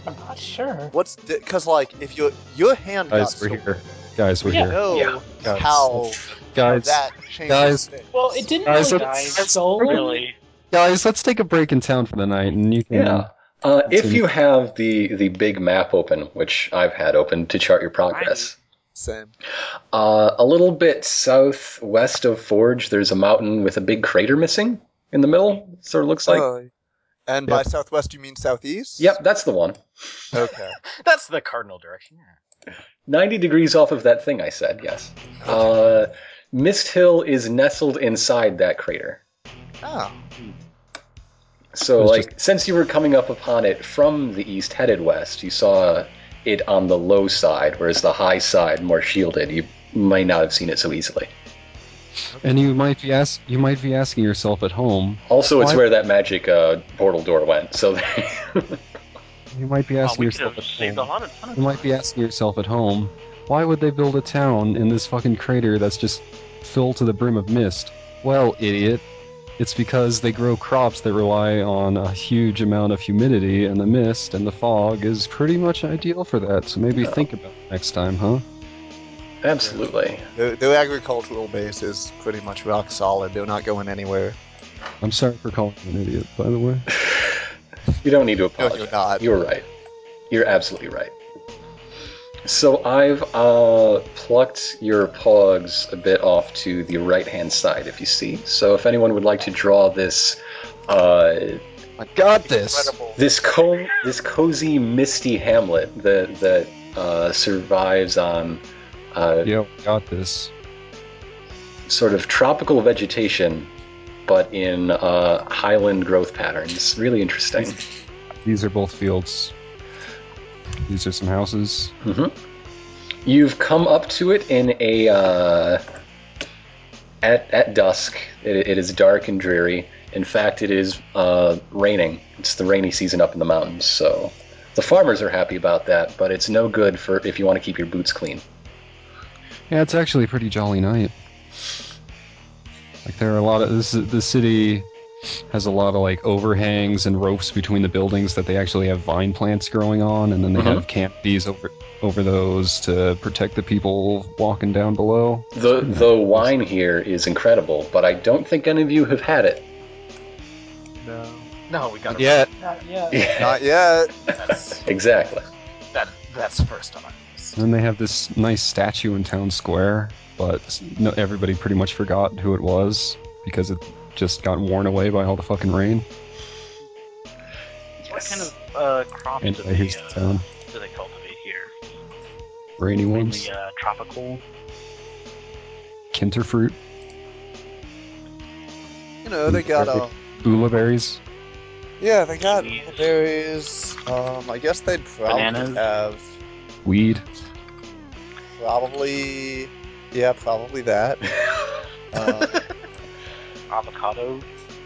Speaker 2: I'm not sure.
Speaker 6: What's because like if your your hand got
Speaker 3: Guys, we're
Speaker 6: stolen,
Speaker 3: here. Guys, we're
Speaker 2: Yeah.
Speaker 3: here.
Speaker 6: know
Speaker 1: Yeah.
Speaker 3: Guys.
Speaker 6: how
Speaker 3: Guys,
Speaker 6: that changes
Speaker 3: guys.
Speaker 6: things.
Speaker 2: Well, it didn't
Speaker 3: Guys,
Speaker 2: really
Speaker 7: let's-
Speaker 2: get stolen.
Speaker 7: Oh, Really?
Speaker 3: guys, let's take a break in town for the night, and you can.
Speaker 1: Yeah. Uh, if
Speaker 3: That's
Speaker 1: you have the, the big map open, which I've had open to chart your progress,
Speaker 6: Same.
Speaker 1: uh, a little bit southwest of Forge, there's a mountain with a big crater missing in the middle. Sort of looks like.
Speaker 6: Oh. and by southwest you mean southeast?
Speaker 1: Yep, that's the one.
Speaker 6: Okay.
Speaker 5: That's the cardinal direction. Yeah.
Speaker 1: 90 degrees off of that thing I said, yes. Uh, Mist Hill is nestled inside that crater.
Speaker 6: Oh.
Speaker 1: So,
Speaker 3: It's
Speaker 1: like, since you were coming up upon it from the east, headed west, you saw it on the low side, whereas the high side, more shielded, you may not have seen it so easily.
Speaker 3: And you might be ask, you might be asking yourself at home.
Speaker 1: Also, it's
Speaker 3: Why-
Speaker 1: where that magic uh, portal door went. So, they-
Speaker 3: You might be
Speaker 7: Wow,
Speaker 3: asking
Speaker 7: Oh, we could
Speaker 3: yourself
Speaker 7: have
Speaker 3: at
Speaker 7: saved
Speaker 3: home.
Speaker 7: a lot of time.
Speaker 3: You might be asking yourself at home, why would they build a town in this fucking crater that's just filled to the brim of mist? Well, idiot, it's because they grow crops that rely on a huge amount of humidity, and the mist and the fog is pretty much ideal for that. So maybe
Speaker 1: Yeah.
Speaker 3: think about it next time, huh?
Speaker 1: absolutely.
Speaker 6: Their, their agricultural base is pretty much rock solid. They're not going anywhere.
Speaker 3: I'm sorry for calling you an idiot, by the way.
Speaker 1: You don't need to
Speaker 6: No,
Speaker 1: apologize.
Speaker 6: you're not.
Speaker 1: You're right. You're absolutely right. So I've uh, plucked your pogs a bit off to the right hand side, if you see. So if anyone would like to draw this, uh,
Speaker 3: I got this.
Speaker 6: Incredible.
Speaker 1: this co- this cozy misty hamlet that that uh, survives on uh,
Speaker 3: Yo, got this.
Speaker 1: sort of tropical vegetation, but in uh, highland growth patterns. Really interesting.
Speaker 3: These are both fields. These are some houses.
Speaker 1: hmm You've come up to it in a uh, at at dusk. It, it is dark and dreary. In fact, it is uh, raining. It's the rainy season up in the mountains, so the farmers are happy about that. But it's no good for if you want to keep your boots clean.
Speaker 3: Yeah, it's actually a pretty jolly night. Like there are a lot of this. The city has a lot of like overhangs and ropes between the buildings that they actually have vine plants growing on, and then they
Speaker 1: Mhm.
Speaker 3: have canopies over over those to protect the people walking down below.
Speaker 1: The the wine here is incredible, but I don't think any of you have had it.
Speaker 4: No.
Speaker 5: No, we got
Speaker 6: Yeah,
Speaker 2: Not yet.
Speaker 6: not yet.
Speaker 5: That's,
Speaker 1: exactly.
Speaker 5: that, that's first on our list.
Speaker 3: And then they have this nice statue in town square, but s- no, everybody pretty much forgot who it was because it just got worn away by all the fucking rain.
Speaker 7: What kind
Speaker 1: Yes.
Speaker 7: of uh, crops
Speaker 3: And
Speaker 7: do
Speaker 3: I here's
Speaker 7: they,
Speaker 3: the
Speaker 7: uh,
Speaker 3: town.
Speaker 7: do they cultivate here?
Speaker 3: Rainy ones.
Speaker 7: Mainly uh, tropical.
Speaker 3: Kinterfruit.
Speaker 6: You know, they got um,
Speaker 3: Bula berries.
Speaker 6: yeah, they got
Speaker 7: Jeez.
Speaker 6: berries. Um, I guess they'd probably
Speaker 7: Bananas.
Speaker 6: have
Speaker 3: Weed.
Speaker 6: probably yeah, probably that. um,
Speaker 7: Avocado.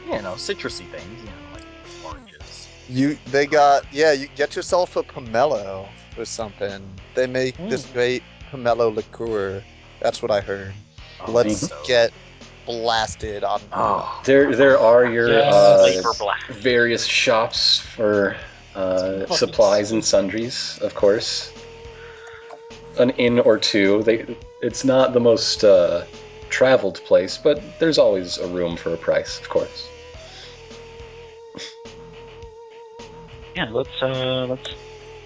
Speaker 5: You know, citrusy things, you know, like oranges.
Speaker 6: You they got yeah, you get yourself a pomelo or something. They make
Speaker 7: Hmm.
Speaker 6: this great pomelo liqueur. That's what I heard.
Speaker 7: Oh, Ah,
Speaker 6: Let's
Speaker 5: so-
Speaker 6: get blasted on
Speaker 5: Oh,
Speaker 1: There there are your
Speaker 2: Yes.
Speaker 1: uh,
Speaker 7: Vapor black.
Speaker 1: various shops for uh,
Speaker 2: Fucking
Speaker 1: supplies and sundries, of course. An inn or two. They, it's not the most uh, traveled place, but there's always a room for a price, of course.
Speaker 7: Yeah, let's uh, let's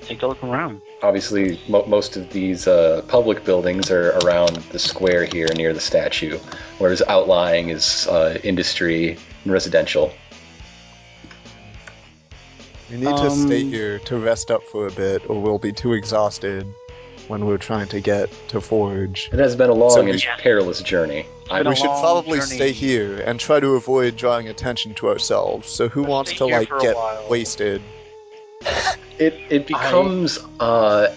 Speaker 7: take a look around.
Speaker 1: Obviously, mo- most of these uh, public buildings are around the square here near the statue, whereas outlying is uh, industry and residential.
Speaker 6: We need to stay
Speaker 7: Um,
Speaker 6: here to rest up for a bit or we'll be too exhausted when we're trying to get to forge.
Speaker 1: It has been a long
Speaker 6: So we
Speaker 1: and
Speaker 7: should-
Speaker 1: perilous journey. I
Speaker 7: been a
Speaker 6: We should
Speaker 7: long
Speaker 6: probably
Speaker 7: journey.
Speaker 6: stay here and try to avoid drawing attention to ourselves. So who
Speaker 7: Let's
Speaker 6: wants
Speaker 7: stay
Speaker 6: to
Speaker 7: here
Speaker 6: like
Speaker 7: for a
Speaker 6: get
Speaker 7: while.
Speaker 6: wasted?
Speaker 1: It it becomes uh,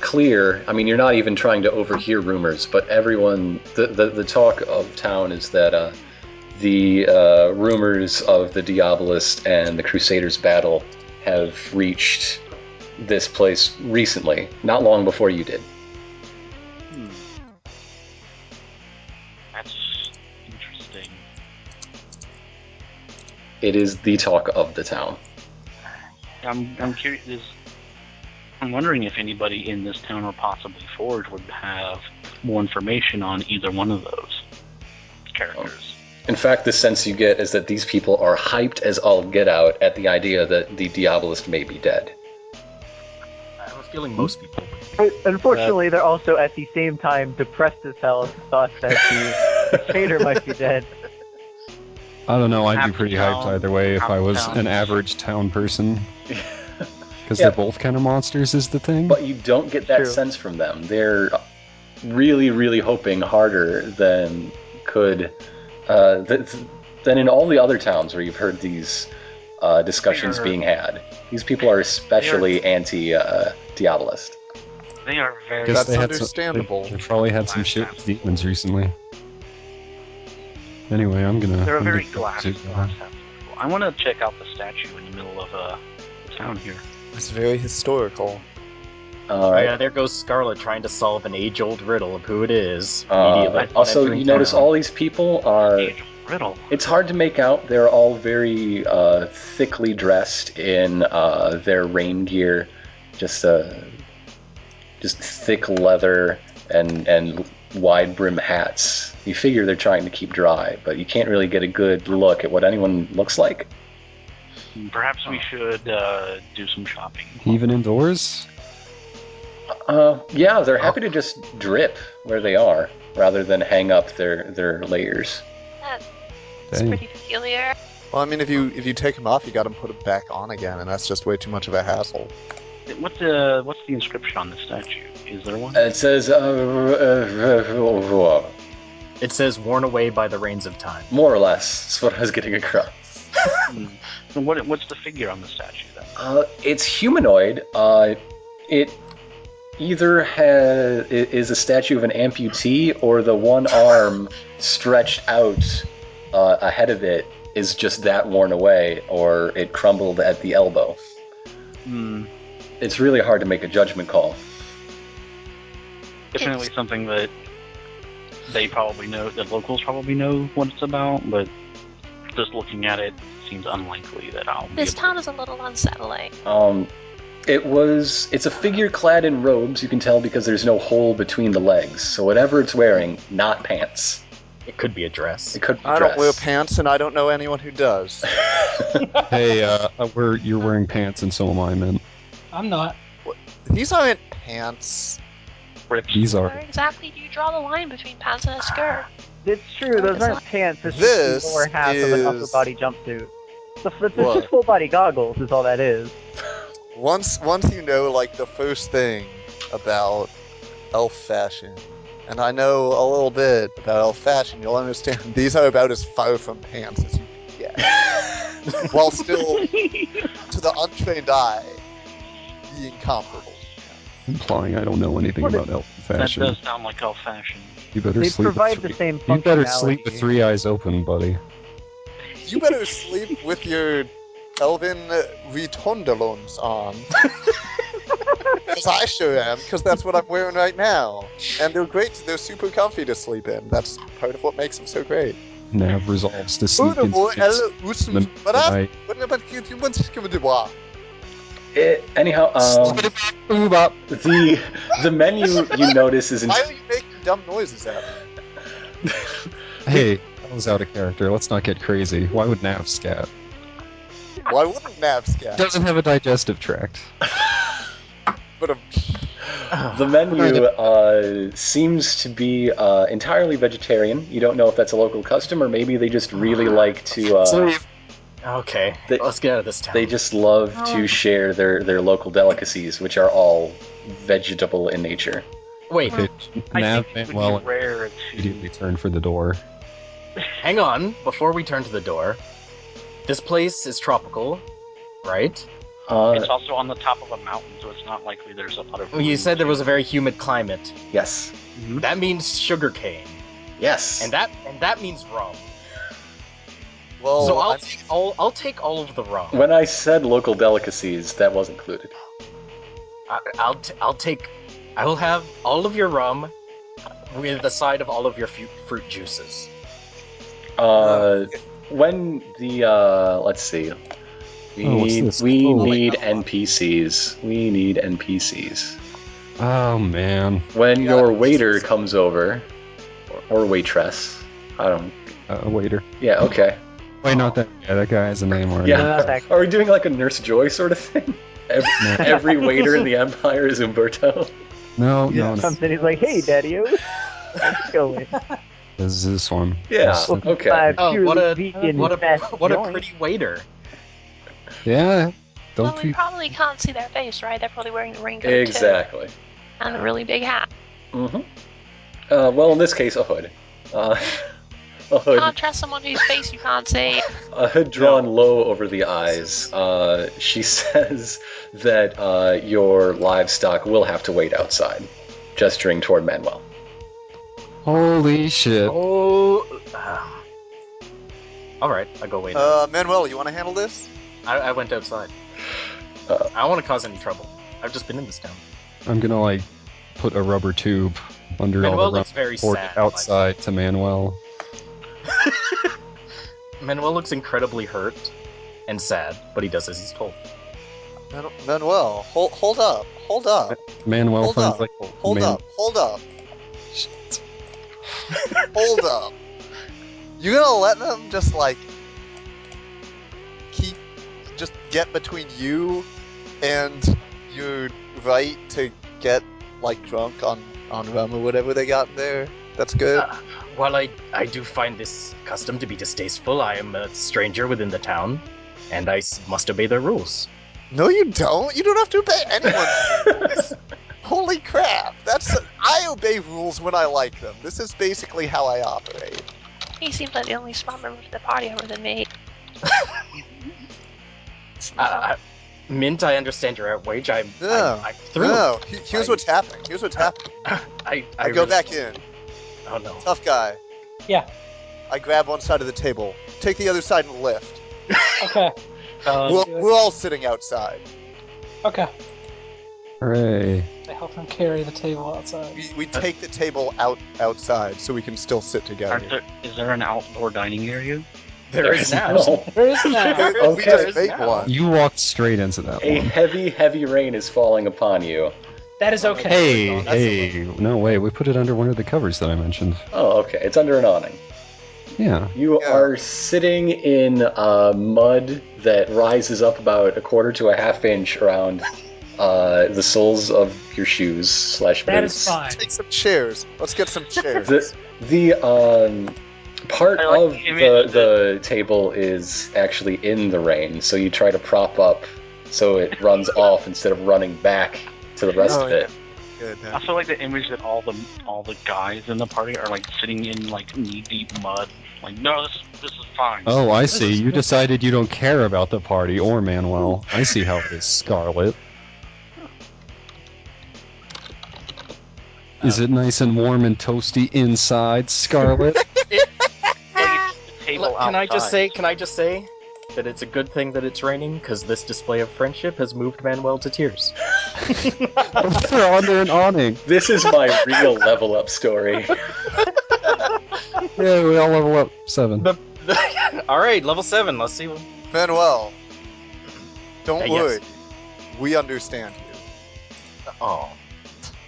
Speaker 1: clear. I mean, you're not even trying to overhear rumors, but everyone the the, the talk of town is that uh, the uh, rumors of the Diabolist and the Crusaders battle have reached this place recently, not long before you did.
Speaker 7: Hmm. That's interesting.
Speaker 1: It is the talk of the town.
Speaker 7: I'm I'm curious. Is, I'm wondering if anybody in this town or possibly Forge would have more information on either one of those characters.
Speaker 1: In fact, the sense you get is that these people are hyped as all get out at the idea that the Diabolist may be dead.
Speaker 5: I have a feeling most people would
Speaker 4: But unfortunately, they're also at the same time depressed as hell at the thought that the Crusader might be dead.
Speaker 3: I don't know. I'd
Speaker 7: Half
Speaker 3: be pretty hyped
Speaker 7: town,
Speaker 3: either way if
Speaker 7: half
Speaker 3: I was
Speaker 7: town.
Speaker 3: an average town person. Because
Speaker 1: Yeah.
Speaker 3: they're both kind of monsters, is the thing.
Speaker 1: But you don't get that
Speaker 4: True.
Speaker 1: sense from them. They're really, really hoping harder than could uh, th- th- than in all the other towns where you've heard these uh, discussions
Speaker 7: They are-
Speaker 1: being had. These people are especially anti uh, Diabolist.
Speaker 7: They are very.
Speaker 3: Guess
Speaker 6: That's
Speaker 3: they had some-
Speaker 6: understandable.
Speaker 3: They probably had some shit with demons recently. Anyway, I'm gonna.
Speaker 7: They're a
Speaker 3: I'm
Speaker 7: very
Speaker 3: gonna go
Speaker 7: glass.
Speaker 3: to-
Speaker 7: glass half full. I want to check out the statue in the middle of uh, the town here.
Speaker 6: It's very historical.
Speaker 1: All
Speaker 5: Oh,
Speaker 1: right.
Speaker 5: yeah, there goes Scarlet trying to solve an age-old riddle of who it is.
Speaker 1: Uh,
Speaker 5: immediately upon
Speaker 1: also,
Speaker 5: entering
Speaker 1: you notice
Speaker 5: town.
Speaker 1: all these people are.
Speaker 7: Riddle.
Speaker 1: It's hard to make out. They're all very uh, thickly dressed in uh, their rain gear, just uh, just thick leather and and wide brim hats. You figure they're trying to keep dry, but you can't really get a good look at what anyone looks like.
Speaker 7: Perhaps we should uh, do some shopping.
Speaker 3: Even indoors,
Speaker 1: Uh, yeah, they're happy to just drip where they are rather than hang up their their layers.
Speaker 8: It's
Speaker 3: Dang.
Speaker 8: pretty peculiar.
Speaker 6: Well, I mean, if you if you take them off, you got to put them back on again, and that's just way too much of a hassle.
Speaker 7: What's the what's the inscription on the statue? Is there one?
Speaker 1: It says uh,
Speaker 5: It says worn away by the rains of time.
Speaker 1: more or less. That's what I was getting across.
Speaker 7: Hmm. what what's the figure on the statue then?
Speaker 1: Uh, it's humanoid. Uh, it either has, is a statue of an amputee, or the one arm stretched out uh, ahead of it is just that worn away, or it crumbled at the elbow.
Speaker 7: Hmm.
Speaker 1: It's really hard to make a judgment call.
Speaker 7: Definitely something that they probably know, the locals probably know what it's about, but just looking at it seems unlikely that I'll be
Speaker 8: This
Speaker 7: able-
Speaker 8: town is a little unsettling.
Speaker 1: Um, it was. It's a figure clad in robes. You can tell because there's no hole between the legs. So whatever it's wearing, not pants.
Speaker 5: It could be a dress.
Speaker 1: It could. Be
Speaker 6: I don't wear
Speaker 1: dress.
Speaker 6: pants, and I don't know anyone who does.
Speaker 3: Hey, uh, uh, we're, you're wearing pants, and so am I, man.
Speaker 2: I'm not.
Speaker 6: These aren't pants.
Speaker 7: Rips.
Speaker 3: These
Speaker 8: Where
Speaker 3: are.
Speaker 8: exactly do you draw the line between pants and a skirt?
Speaker 4: It's true. Those aren't pants. It's
Speaker 6: This
Speaker 4: just the lower half of an upper
Speaker 6: is-
Speaker 4: body jumpsuit. So f- It's
Speaker 6: What?
Speaker 4: just full body goggles. Is all that is.
Speaker 6: Once once you know like the first thing about elf fashion, and I know a little bit about elf fashion, you'll understand these are about as far from pants as you can get. While still to the untrained eye, being comparable.
Speaker 3: Implying I don't know anything
Speaker 4: What
Speaker 3: about elf
Speaker 7: That
Speaker 3: fashion.
Speaker 7: does sound like elf fashion.
Speaker 3: You better
Speaker 4: They
Speaker 3: sleep.
Speaker 4: provide
Speaker 3: with
Speaker 4: the
Speaker 3: three,
Speaker 4: same
Speaker 3: you
Speaker 4: functionality.
Speaker 3: better sleep with three eyes open, buddy.
Speaker 6: You better sleep with your elven retondalons on. Because I sure am, because that's what I'm wearing right now. And they're great, they're super comfy to sleep in. That's part of what makes them so great.
Speaker 3: Nav resolves to sneak into
Speaker 6: Furthermore,
Speaker 3: Jin's
Speaker 6: elle use-
Speaker 3: the
Speaker 6: but I-
Speaker 3: night.
Speaker 6: what about you? You want to give it a walk?
Speaker 1: Eh, anyhow,
Speaker 3: Uh,
Speaker 1: um,
Speaker 6: Why
Speaker 1: the the menu you notice is in,
Speaker 6: are you making dumb noises at me?
Speaker 3: Hey, that was out of character. Let's not get crazy. Why would Nav scat?
Speaker 6: Why wouldn't Nav scat?
Speaker 3: Doesn't have a digestive tract.
Speaker 6: But um, a
Speaker 1: the menu uh, seems to be uh, entirely vegetarian. You don't know if that's a local custom or maybe they just really like to. Uh,
Speaker 5: Okay,
Speaker 1: They-
Speaker 5: let's get out of this town.
Speaker 1: they just love to share their their local delicacies, which are all vegetable in nature.
Speaker 5: Wait,
Speaker 3: It,
Speaker 7: I
Speaker 3: Nav
Speaker 7: think it
Speaker 3: meant
Speaker 7: would
Speaker 3: well
Speaker 7: be
Speaker 3: and
Speaker 7: rare to
Speaker 3: immediately turned for the door.
Speaker 5: hang on. Before we turn to the door, this place is tropical, right?
Speaker 1: Uh,
Speaker 7: It's also on the top of a mountain, so it's not likely there's a lot of.
Speaker 5: You said there was a very humid climate.
Speaker 1: yes,
Speaker 5: That means sugarcane,
Speaker 1: yes,
Speaker 5: and that and that means rum.
Speaker 6: well,
Speaker 5: so I'll
Speaker 6: Oh, I'm-
Speaker 5: take all I'll take all of the rum.
Speaker 1: When I said local delicacies, that was included.
Speaker 5: I, I'll t- I'll take I will have all of your rum with a side of all of your fu- fruit juices.
Speaker 1: Uh, when the uh, let's see, we
Speaker 3: Oh, what's
Speaker 1: need
Speaker 3: this?
Speaker 1: we
Speaker 3: Oh.
Speaker 1: need NPCs. We need NPCs.
Speaker 3: Oh man.
Speaker 1: When
Speaker 6: Yeah,
Speaker 1: your
Speaker 6: this
Speaker 1: waiter
Speaker 6: is-
Speaker 1: comes over, or, or waitress, I don't.
Speaker 3: Uh, waiter.
Speaker 1: Yeah, okay.
Speaker 3: Wait, not that guy. That guy has a name already.
Speaker 1: Yeah.
Speaker 4: No, not that
Speaker 1: Are we doing like a Nurse Joy sort of thing? Every,
Speaker 3: No,
Speaker 1: every waiter in the Empire is Umberto.
Speaker 3: no, no, no.
Speaker 4: Comes in, he's like, "Hey, Daddy, let's go in."
Speaker 3: This is this one.
Speaker 1: Yeah.
Speaker 3: This-
Speaker 1: Okay.
Speaker 4: Uh,
Speaker 5: Oh, what
Speaker 4: purely
Speaker 5: a
Speaker 4: vegan
Speaker 5: what a
Speaker 4: fast
Speaker 5: what a
Speaker 4: joint.
Speaker 5: pretty waiter.
Speaker 3: yeah. Don't
Speaker 8: well, we
Speaker 3: you?
Speaker 8: probably can't see their face, right? They're probably wearing a raincoat
Speaker 1: Exactly.
Speaker 8: too, and a really big hat.
Speaker 1: hmm Uh, well, in this case, a hood. Uh, a hood.
Speaker 8: Can't trust someone whose face you can't see.
Speaker 1: A hood drawn low over the eyes. Uh, she says that uh, your livestock will have to wait outside, gesturing toward Manuel.
Speaker 3: Holy shit!
Speaker 5: Oh. all right, I go wait.
Speaker 6: uh, Manuel, you want to handle this?
Speaker 5: I, I went outside.
Speaker 1: Uh,
Speaker 5: I don't want to cause any trouble. I've just been in this town.
Speaker 3: I'm gonna like put a rubber tube under all
Speaker 5: Manuel
Speaker 3: the
Speaker 5: looks very
Speaker 3: rum
Speaker 5: sad.
Speaker 3: outside to Manuel.
Speaker 5: Manuel looks incredibly hurt and sad, but he does as he's told.
Speaker 6: Man- Manuel, hold, hold up, hold up,
Speaker 3: Manuel
Speaker 6: Hold
Speaker 3: finds
Speaker 6: up,
Speaker 3: like
Speaker 6: hold
Speaker 3: man-
Speaker 6: up, hold up. Hold up. You gonna let them just like keep just get between you and your right to get like drunk on on rum or whatever they got in there? That's good.
Speaker 5: Uh, While I, I do find this custom to be distasteful, I am a stranger within the town, and I s- must obey their rules.
Speaker 6: no, you don't. You don't have to obey anyone. Holy crap! That's I obey rules when I like them. This is basically how I operate.
Speaker 8: He seems like the only smart member of the party other than me.
Speaker 5: Uh, Mint, I understand your outrage. I'm, I'm-
Speaker 6: No.
Speaker 5: I'm, thrilled.
Speaker 6: No, he- here's
Speaker 5: I-
Speaker 6: what's happening. Here's what's happening.
Speaker 5: I, I,
Speaker 6: I, go
Speaker 5: really-
Speaker 6: back in.
Speaker 5: Oh no.
Speaker 6: Tough guy.
Speaker 2: Yeah.
Speaker 6: I grab one side of the table, take the other side and lift.
Speaker 2: Okay.
Speaker 6: We're,
Speaker 2: do it.
Speaker 6: we're all sitting outside.
Speaker 2: Okay.
Speaker 3: Hooray.
Speaker 2: I help him carry the table outside.
Speaker 6: We, we take the table out outside so we can still sit together.
Speaker 7: Are there, is there an outdoor dining area?
Speaker 5: there is now.
Speaker 1: No.
Speaker 2: Where is now?
Speaker 5: There is-
Speaker 6: We
Speaker 1: Okay.
Speaker 6: just made
Speaker 5: now.
Speaker 6: one.
Speaker 3: You walked straight into that
Speaker 1: A
Speaker 3: one.
Speaker 1: heavy, heavy rain is falling upon you.
Speaker 2: that is okay.
Speaker 3: Hey,
Speaker 6: That's
Speaker 3: hey. No, wait, we put it under one of the covers that I mentioned.
Speaker 1: Oh, okay. It's under an awning.
Speaker 3: Yeah.
Speaker 1: You
Speaker 6: Yeah.
Speaker 1: are sitting in uh, mud that rises up about a quarter to a half inch around uh, the soles of your shoes slash
Speaker 2: That
Speaker 1: boots.
Speaker 2: is fine.
Speaker 6: Take some chairs. Let's get some chairs.
Speaker 1: The the um, part
Speaker 7: I like
Speaker 1: of
Speaker 7: the image
Speaker 1: the, the table is actually in the rain, so you try to prop up so it runs off instead of running back to the rest
Speaker 6: Oh,
Speaker 1: of it.
Speaker 6: Good,
Speaker 7: I
Speaker 6: huh?
Speaker 7: also like the image that all the all the guys in the party are like sitting in like knee deep mud. Like, no, this this is fine.
Speaker 3: Oh, I see. You decided you don't care about the party or Manuel. I see how it is, Scarlet. Is it nice and warm and toasty inside, Scarlet?
Speaker 7: Like, it's the table
Speaker 5: Can I just
Speaker 7: outside.
Speaker 5: say? Can I just say that it's a good thing that it's raining because this display of friendship has moved Manuel to tears.
Speaker 3: They're under an awning.
Speaker 1: This is my real level up story.
Speaker 3: Yeah, we all level up seven.
Speaker 5: All right, level seven. Let's see.
Speaker 6: Manuel, don't
Speaker 5: Uh, yes.
Speaker 6: worry. We understand you.
Speaker 5: Oh,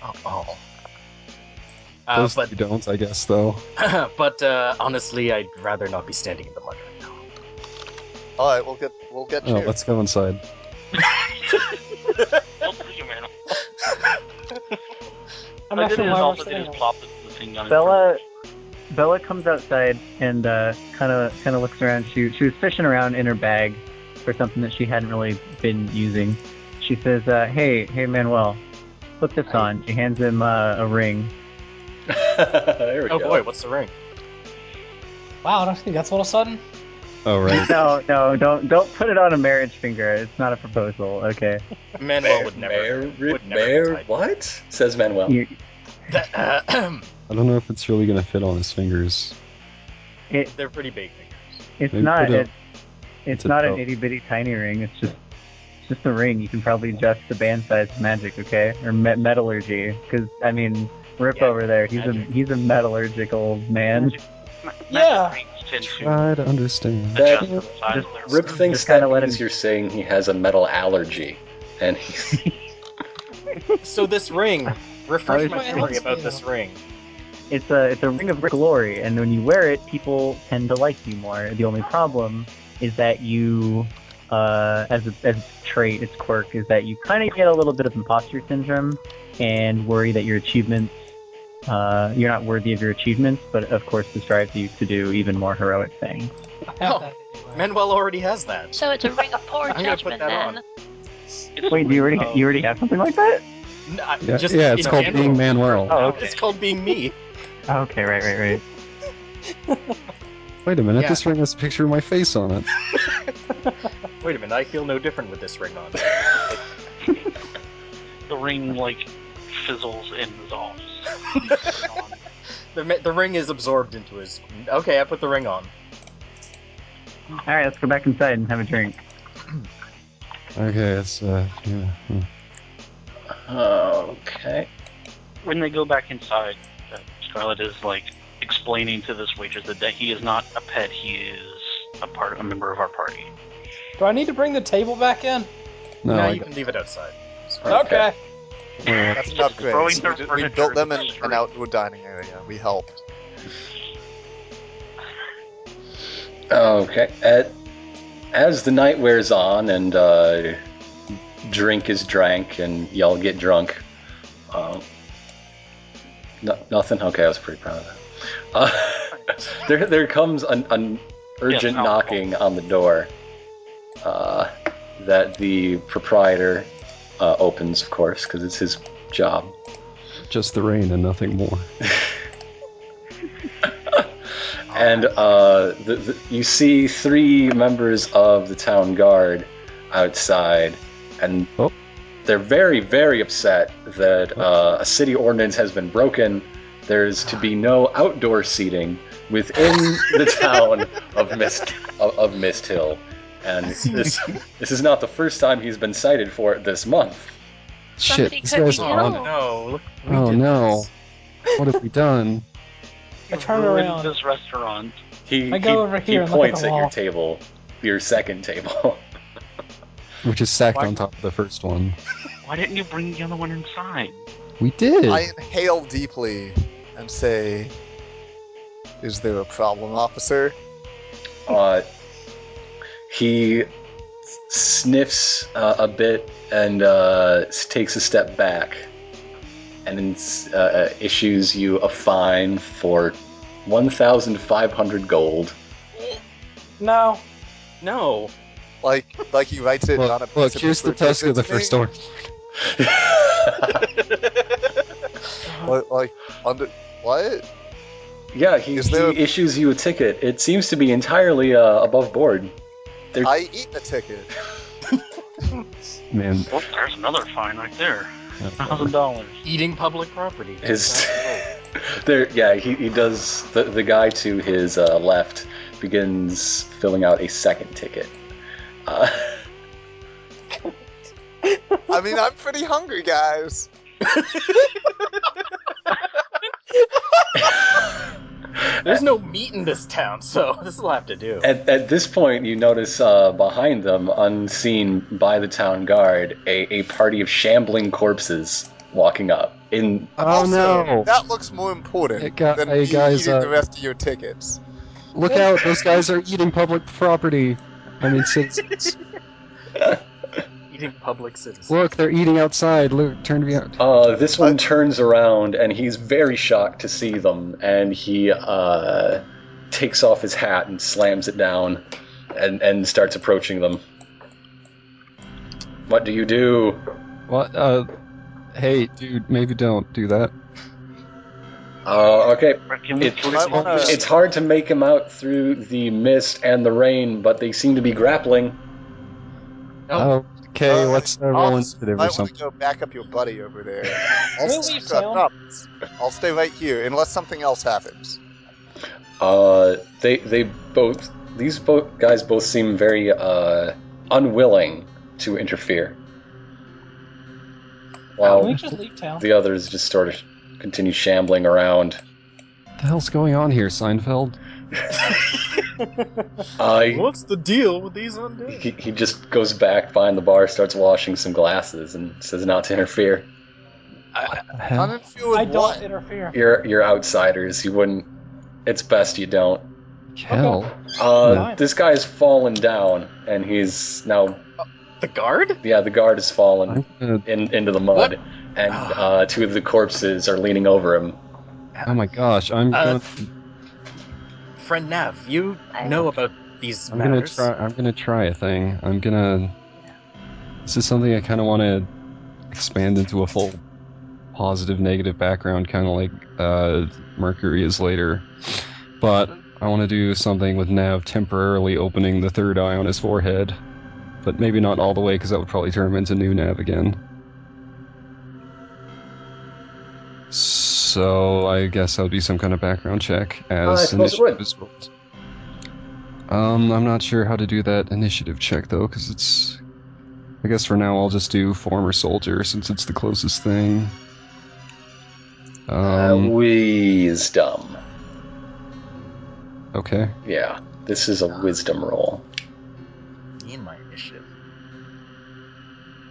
Speaker 5: oh, oh. Uh,
Speaker 3: Those
Speaker 5: but
Speaker 3: two don't, I guess, though.
Speaker 5: but uh, honestly, I'd rather not be standing in the mud right now.
Speaker 6: All right, we'll get we'll get
Speaker 3: Oh,
Speaker 6: chairs.
Speaker 3: let's go inside.
Speaker 7: Don't push him, man.
Speaker 2: I'm
Speaker 7: I
Speaker 2: not
Speaker 7: did
Speaker 2: sure
Speaker 7: is
Speaker 2: why we're
Speaker 7: also did
Speaker 2: saying
Speaker 7: is
Speaker 2: that.
Speaker 7: plop the, the thing down. in
Speaker 4: Bella, Bella comes outside and kind of kind of looks around. She she was fishing around in her bag for something that she hadn't really been using. She says, uh, "Hey, hey, Manuel, put this on." She hands him uh, a ring.
Speaker 1: there we
Speaker 5: Oh
Speaker 1: go.
Speaker 5: boy, what's the ring?
Speaker 2: Wow, I don't think that's all of a sudden.
Speaker 3: Oh, right.
Speaker 4: No, no, don't don't put it on a marriage finger. It's not a proposal. Okay.
Speaker 5: Manuel would never.
Speaker 1: Mar-
Speaker 5: would never
Speaker 1: Mar-
Speaker 5: decide.
Speaker 1: what? Says Manuel.
Speaker 4: You,
Speaker 5: That- uh,
Speaker 3: I don't know if it's really going to fit on his fingers.
Speaker 4: it,
Speaker 5: they're pretty big fingers.
Speaker 4: it's
Speaker 3: Maybe
Speaker 4: not
Speaker 3: put a-
Speaker 4: it's it's
Speaker 3: it's a
Speaker 4: not an
Speaker 3: belt.
Speaker 4: itty bitty tiny ring. It's just it's just a ring. You can probably adjust the band size to magic, okay, or me- metallurgy. Because I mean, Rip
Speaker 5: Yeah,
Speaker 4: over there, he's
Speaker 5: magic.
Speaker 4: a he's a metallurgical man.
Speaker 7: Ma-
Speaker 2: Yeah.
Speaker 7: magic rings tend to
Speaker 3: Try to understand.
Speaker 1: That-
Speaker 7: adjust the size of their
Speaker 1: Rip thinks
Speaker 4: Just kinda
Speaker 1: that
Speaker 4: let
Speaker 1: means
Speaker 4: him-
Speaker 1: you're saying he has a metal allergy, and he's
Speaker 5: So this ring. Refresh my
Speaker 2: Alright.
Speaker 5: memory about this ring.
Speaker 4: It's a it's a ring of glory, and when you wear it, people tend to like you more. The only problem is that you, uh, as a, as a trait, its quirk is that you kind of get a little bit of imposter syndrome and worry that your achievements, uh, you're not worthy of your achievements. But of course, this drives you to do even more heroic things.
Speaker 2: I have
Speaker 5: No.
Speaker 2: that anyway.
Speaker 5: Manuel already has that.
Speaker 8: So it's a ring of poor
Speaker 5: I'm gonna put
Speaker 8: judgment
Speaker 5: that
Speaker 8: then.
Speaker 5: on.
Speaker 7: It's
Speaker 4: Wait, do you already
Speaker 7: Oh.
Speaker 4: you already have something like that?
Speaker 5: N- I-
Speaker 3: Yeah,
Speaker 5: just
Speaker 3: yeah it's
Speaker 5: in
Speaker 3: called
Speaker 5: general.
Speaker 3: being Manuel.
Speaker 4: Oh,
Speaker 5: It's called being me.
Speaker 4: Okay, right, right, right.
Speaker 3: Wait a minute,
Speaker 5: Yeah.
Speaker 3: this ring has a picture of my face on it.
Speaker 5: Wait a minute, I feel no different with this ring on.
Speaker 7: the ring like fizzles and dissolves.
Speaker 5: The, ma- the ring is absorbed into his. Okay, I put the ring on.
Speaker 4: All right, let's go back inside and have a drink.
Speaker 3: Okay, it's, uh, yeah. hmm.
Speaker 1: okay.
Speaker 7: when they go back inside, uh, Scarlet is like explaining to this waitress that, that he is not a pet; he is a part, a member of our party.
Speaker 2: Do I need to bring the table back in?
Speaker 3: No,
Speaker 5: now
Speaker 3: Oh, I
Speaker 5: you can leave it outside.
Speaker 2: Okay.
Speaker 3: Well,
Speaker 6: That's an upgrade.
Speaker 7: Throwing
Speaker 6: We
Speaker 7: their
Speaker 6: did- we,
Speaker 7: furniture
Speaker 6: built them
Speaker 7: to
Speaker 6: in
Speaker 7: the
Speaker 6: an
Speaker 7: street.
Speaker 6: outdoor dining area. We help.
Speaker 1: Okay. At, as the night wears on and uh, drink is drank and y'all get drunk, uh, no, nothing. Okay, I was pretty proud of that. Uh, there, there comes an, an urgent
Speaker 7: Yes, alcohol.
Speaker 1: knocking on the door uh, that the proprietor uh, opens, of course, because it's his job.
Speaker 3: just the rain and nothing more.
Speaker 1: and uh, the, the, you see three members of the town guard outside, and
Speaker 3: Oh.
Speaker 1: they're very, very upset
Speaker 2: Oh.
Speaker 1: that uh, a city ordinance has been broken. There's to be no outdoor seating within the town of Mist of, of Mist Hill, and this this is not the first time he's been cited for it this month.
Speaker 3: Shit,
Speaker 8: Somebody
Speaker 3: this
Speaker 8: could
Speaker 3: guy's
Speaker 8: be
Speaker 3: on it.
Speaker 8: killed.
Speaker 5: no. look, we
Speaker 3: Oh
Speaker 5: did
Speaker 3: no.
Speaker 5: this.
Speaker 3: What have we done?
Speaker 2: I turn
Speaker 7: ruined
Speaker 2: around.
Speaker 7: this restaurant.
Speaker 1: He,
Speaker 2: I go
Speaker 1: he-
Speaker 2: over here
Speaker 1: he
Speaker 2: and look at
Speaker 1: points
Speaker 2: the
Speaker 1: at
Speaker 2: wall.
Speaker 1: your table, your second table.
Speaker 3: Which is sacked
Speaker 7: Why-
Speaker 3: on top of the first one.
Speaker 7: Why didn't you bring the other one inside?
Speaker 3: We did.
Speaker 6: I inhale deeply and say, Is there a problem, officer?
Speaker 1: Uh, he sniffs uh, a bit and uh, s- takes a step back and then s- uh, uh, issues you a fine for 1,500 gold.
Speaker 2: No.
Speaker 5: No.
Speaker 6: Like, like he writes it on a
Speaker 3: Look,
Speaker 6: piece
Speaker 3: look,
Speaker 6: of
Speaker 3: here's
Speaker 6: paper
Speaker 3: the
Speaker 6: and gives
Speaker 3: tusk of
Speaker 6: it
Speaker 3: the
Speaker 6: to me.
Speaker 3: first orc.
Speaker 6: Like, like, under what?
Speaker 1: yeah, he,
Speaker 6: Is there-
Speaker 1: he issues you a ticket. It seems to be entirely uh, above board. There-
Speaker 6: I eat the ticket.
Speaker 3: Man.
Speaker 7: Well, there's another fine right there.
Speaker 3: uh,
Speaker 2: Uh-huh.
Speaker 7: Thousand dollars.
Speaker 5: Eating public property.
Speaker 1: His, there, yeah, he, he does. The, the guy to his uh, left begins filling out a second ticket. Uh,
Speaker 6: I mean, I'm pretty hungry, guys.
Speaker 5: There's no meat in this town, so this will have to do.
Speaker 1: At, at this point, you notice uh, behind them, unseen by the town guard, a, a party of shambling corpses walking up. In
Speaker 3: Oh
Speaker 6: Also,
Speaker 3: no.
Speaker 6: That looks more important
Speaker 3: It got-
Speaker 6: than
Speaker 3: hey,
Speaker 6: you
Speaker 3: guys,
Speaker 6: eating
Speaker 3: uh,
Speaker 6: the rest of your tickets.
Speaker 3: Look out, those guys are eating public property. I mean, citizens.
Speaker 5: Eating public citizens.
Speaker 3: Look, they're eating outside. Look, turn to be out.
Speaker 1: uh, this one turns around and he's very shocked to see them, and he uh, takes off his hat and slams it down, and and starts approaching them. What do you do?
Speaker 3: What? Uh, hey, dude, maybe don't do that.
Speaker 1: Uh, okay,
Speaker 7: Or Can we,
Speaker 1: It-
Speaker 7: can we
Speaker 6: I wanna-
Speaker 1: it's hard to make them out through the mist and the rain, but they seem to be grappling.
Speaker 3: Oh, okay,
Speaker 6: Uh,
Speaker 3: let's uh, roll
Speaker 6: Officer,
Speaker 3: initiative
Speaker 6: might
Speaker 3: or
Speaker 6: wanna
Speaker 3: something.
Speaker 6: go back up your buddy over there.
Speaker 2: Can we
Speaker 6: I'll,
Speaker 2: leave
Speaker 6: stay
Speaker 2: town?
Speaker 6: I'll stay right here unless something else happens.
Speaker 1: Uh, they they both these both guys both seem very uh, unwilling to interfere.
Speaker 2: Can we
Speaker 1: While
Speaker 2: just leave town?
Speaker 1: the others just sort of continue shambling around.
Speaker 3: What the hell's going on here, Seinfeld?
Speaker 1: I
Speaker 5: What's the deal with these undead?
Speaker 1: Uh, he, he just goes back behind the bar, starts washing some glasses, and says not to interfere.
Speaker 3: The
Speaker 6: I
Speaker 3: hell?
Speaker 6: don't feel
Speaker 2: I
Speaker 6: with
Speaker 2: don't
Speaker 6: what?
Speaker 2: interfere.
Speaker 1: You're you're outsiders. You wouldn't. It's best you don't.
Speaker 3: Hell.
Speaker 1: Uh,
Speaker 2: Fine.
Speaker 1: this guy's fallen down, and he's now
Speaker 5: The guard?
Speaker 1: yeah. The guard has fallen.
Speaker 3: I'm gonna,
Speaker 1: in, into the mud,
Speaker 5: What?
Speaker 1: and uh, two of the corpses are leaning over him.
Speaker 3: oh my gosh, I'm
Speaker 5: Uh,
Speaker 3: gonna,
Speaker 5: Friend Nav, you
Speaker 8: I-
Speaker 5: know about these
Speaker 3: I'm gonna
Speaker 5: matters.
Speaker 3: try. I'm gonna try a thing. I'm gonna. This is something I kind of want to expand into a full positive negative background, kind of like uh, Mercury is later. But I want to do something with Nav temporarily opening the third eye on his forehead, but maybe not all the way because that would probably turn him into new Nav again. So I guess that would be some kind of background check
Speaker 1: I
Speaker 3: as
Speaker 1: suppose it would.
Speaker 3: initiative is rolled. Um, I'm not sure how to do that initiative check though, because it's. I guess for now I'll just do former soldier since it's the closest thing.
Speaker 1: Uh,
Speaker 3: Um,
Speaker 1: wisdom.
Speaker 3: okay.
Speaker 1: Yeah, this is a wisdom roll.
Speaker 5: Me and my initiative.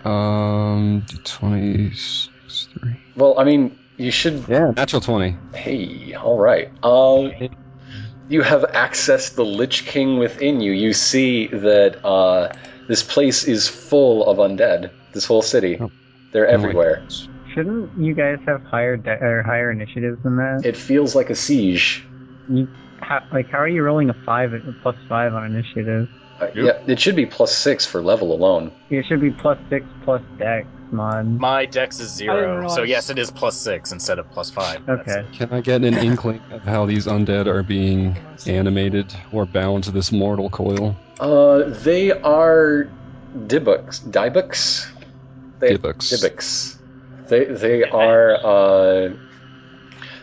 Speaker 3: Um, twenty-six, three.
Speaker 1: Well, I mean, you should.
Speaker 3: Yeah, natural twenty.
Speaker 1: Hey, all right. Um, you have accessed the Lich King within you. You see that uh, this place is full of undead. This whole city,
Speaker 3: Oh.
Speaker 1: they're everywhere.
Speaker 4: Shouldn't you guys have higher de- or higher initiatives than that?
Speaker 1: It feels like a siege.
Speaker 4: How, like, how are you rolling a five a plus five on initiative?
Speaker 1: Uh, yeah, it should be plus six for level alone.
Speaker 4: It should be plus six plus dex mod.
Speaker 5: My dex is
Speaker 2: didn't
Speaker 5: zero,
Speaker 2: realize-
Speaker 5: so yes, it is plus six instead of plus five. That's
Speaker 4: Okay.
Speaker 5: it.
Speaker 3: Can I get an inkling of how these undead are being animated or bound to this mortal coil?
Speaker 1: Uh, they are Dibuks. Dibuks? They,
Speaker 3: Dibuks.
Speaker 1: Dibuks. They, they are. Uh,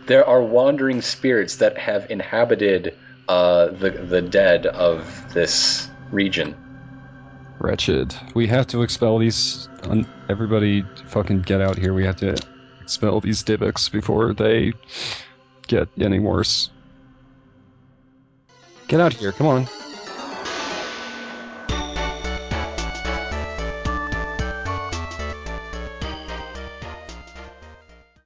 Speaker 1: there are wandering spirits that have inhabited uh, the, the dead of this region.
Speaker 3: Wretched. We have to expel these. Un- everybody, fucking get out here. We have to expel these divots before they get any worse. Get out here. Come on.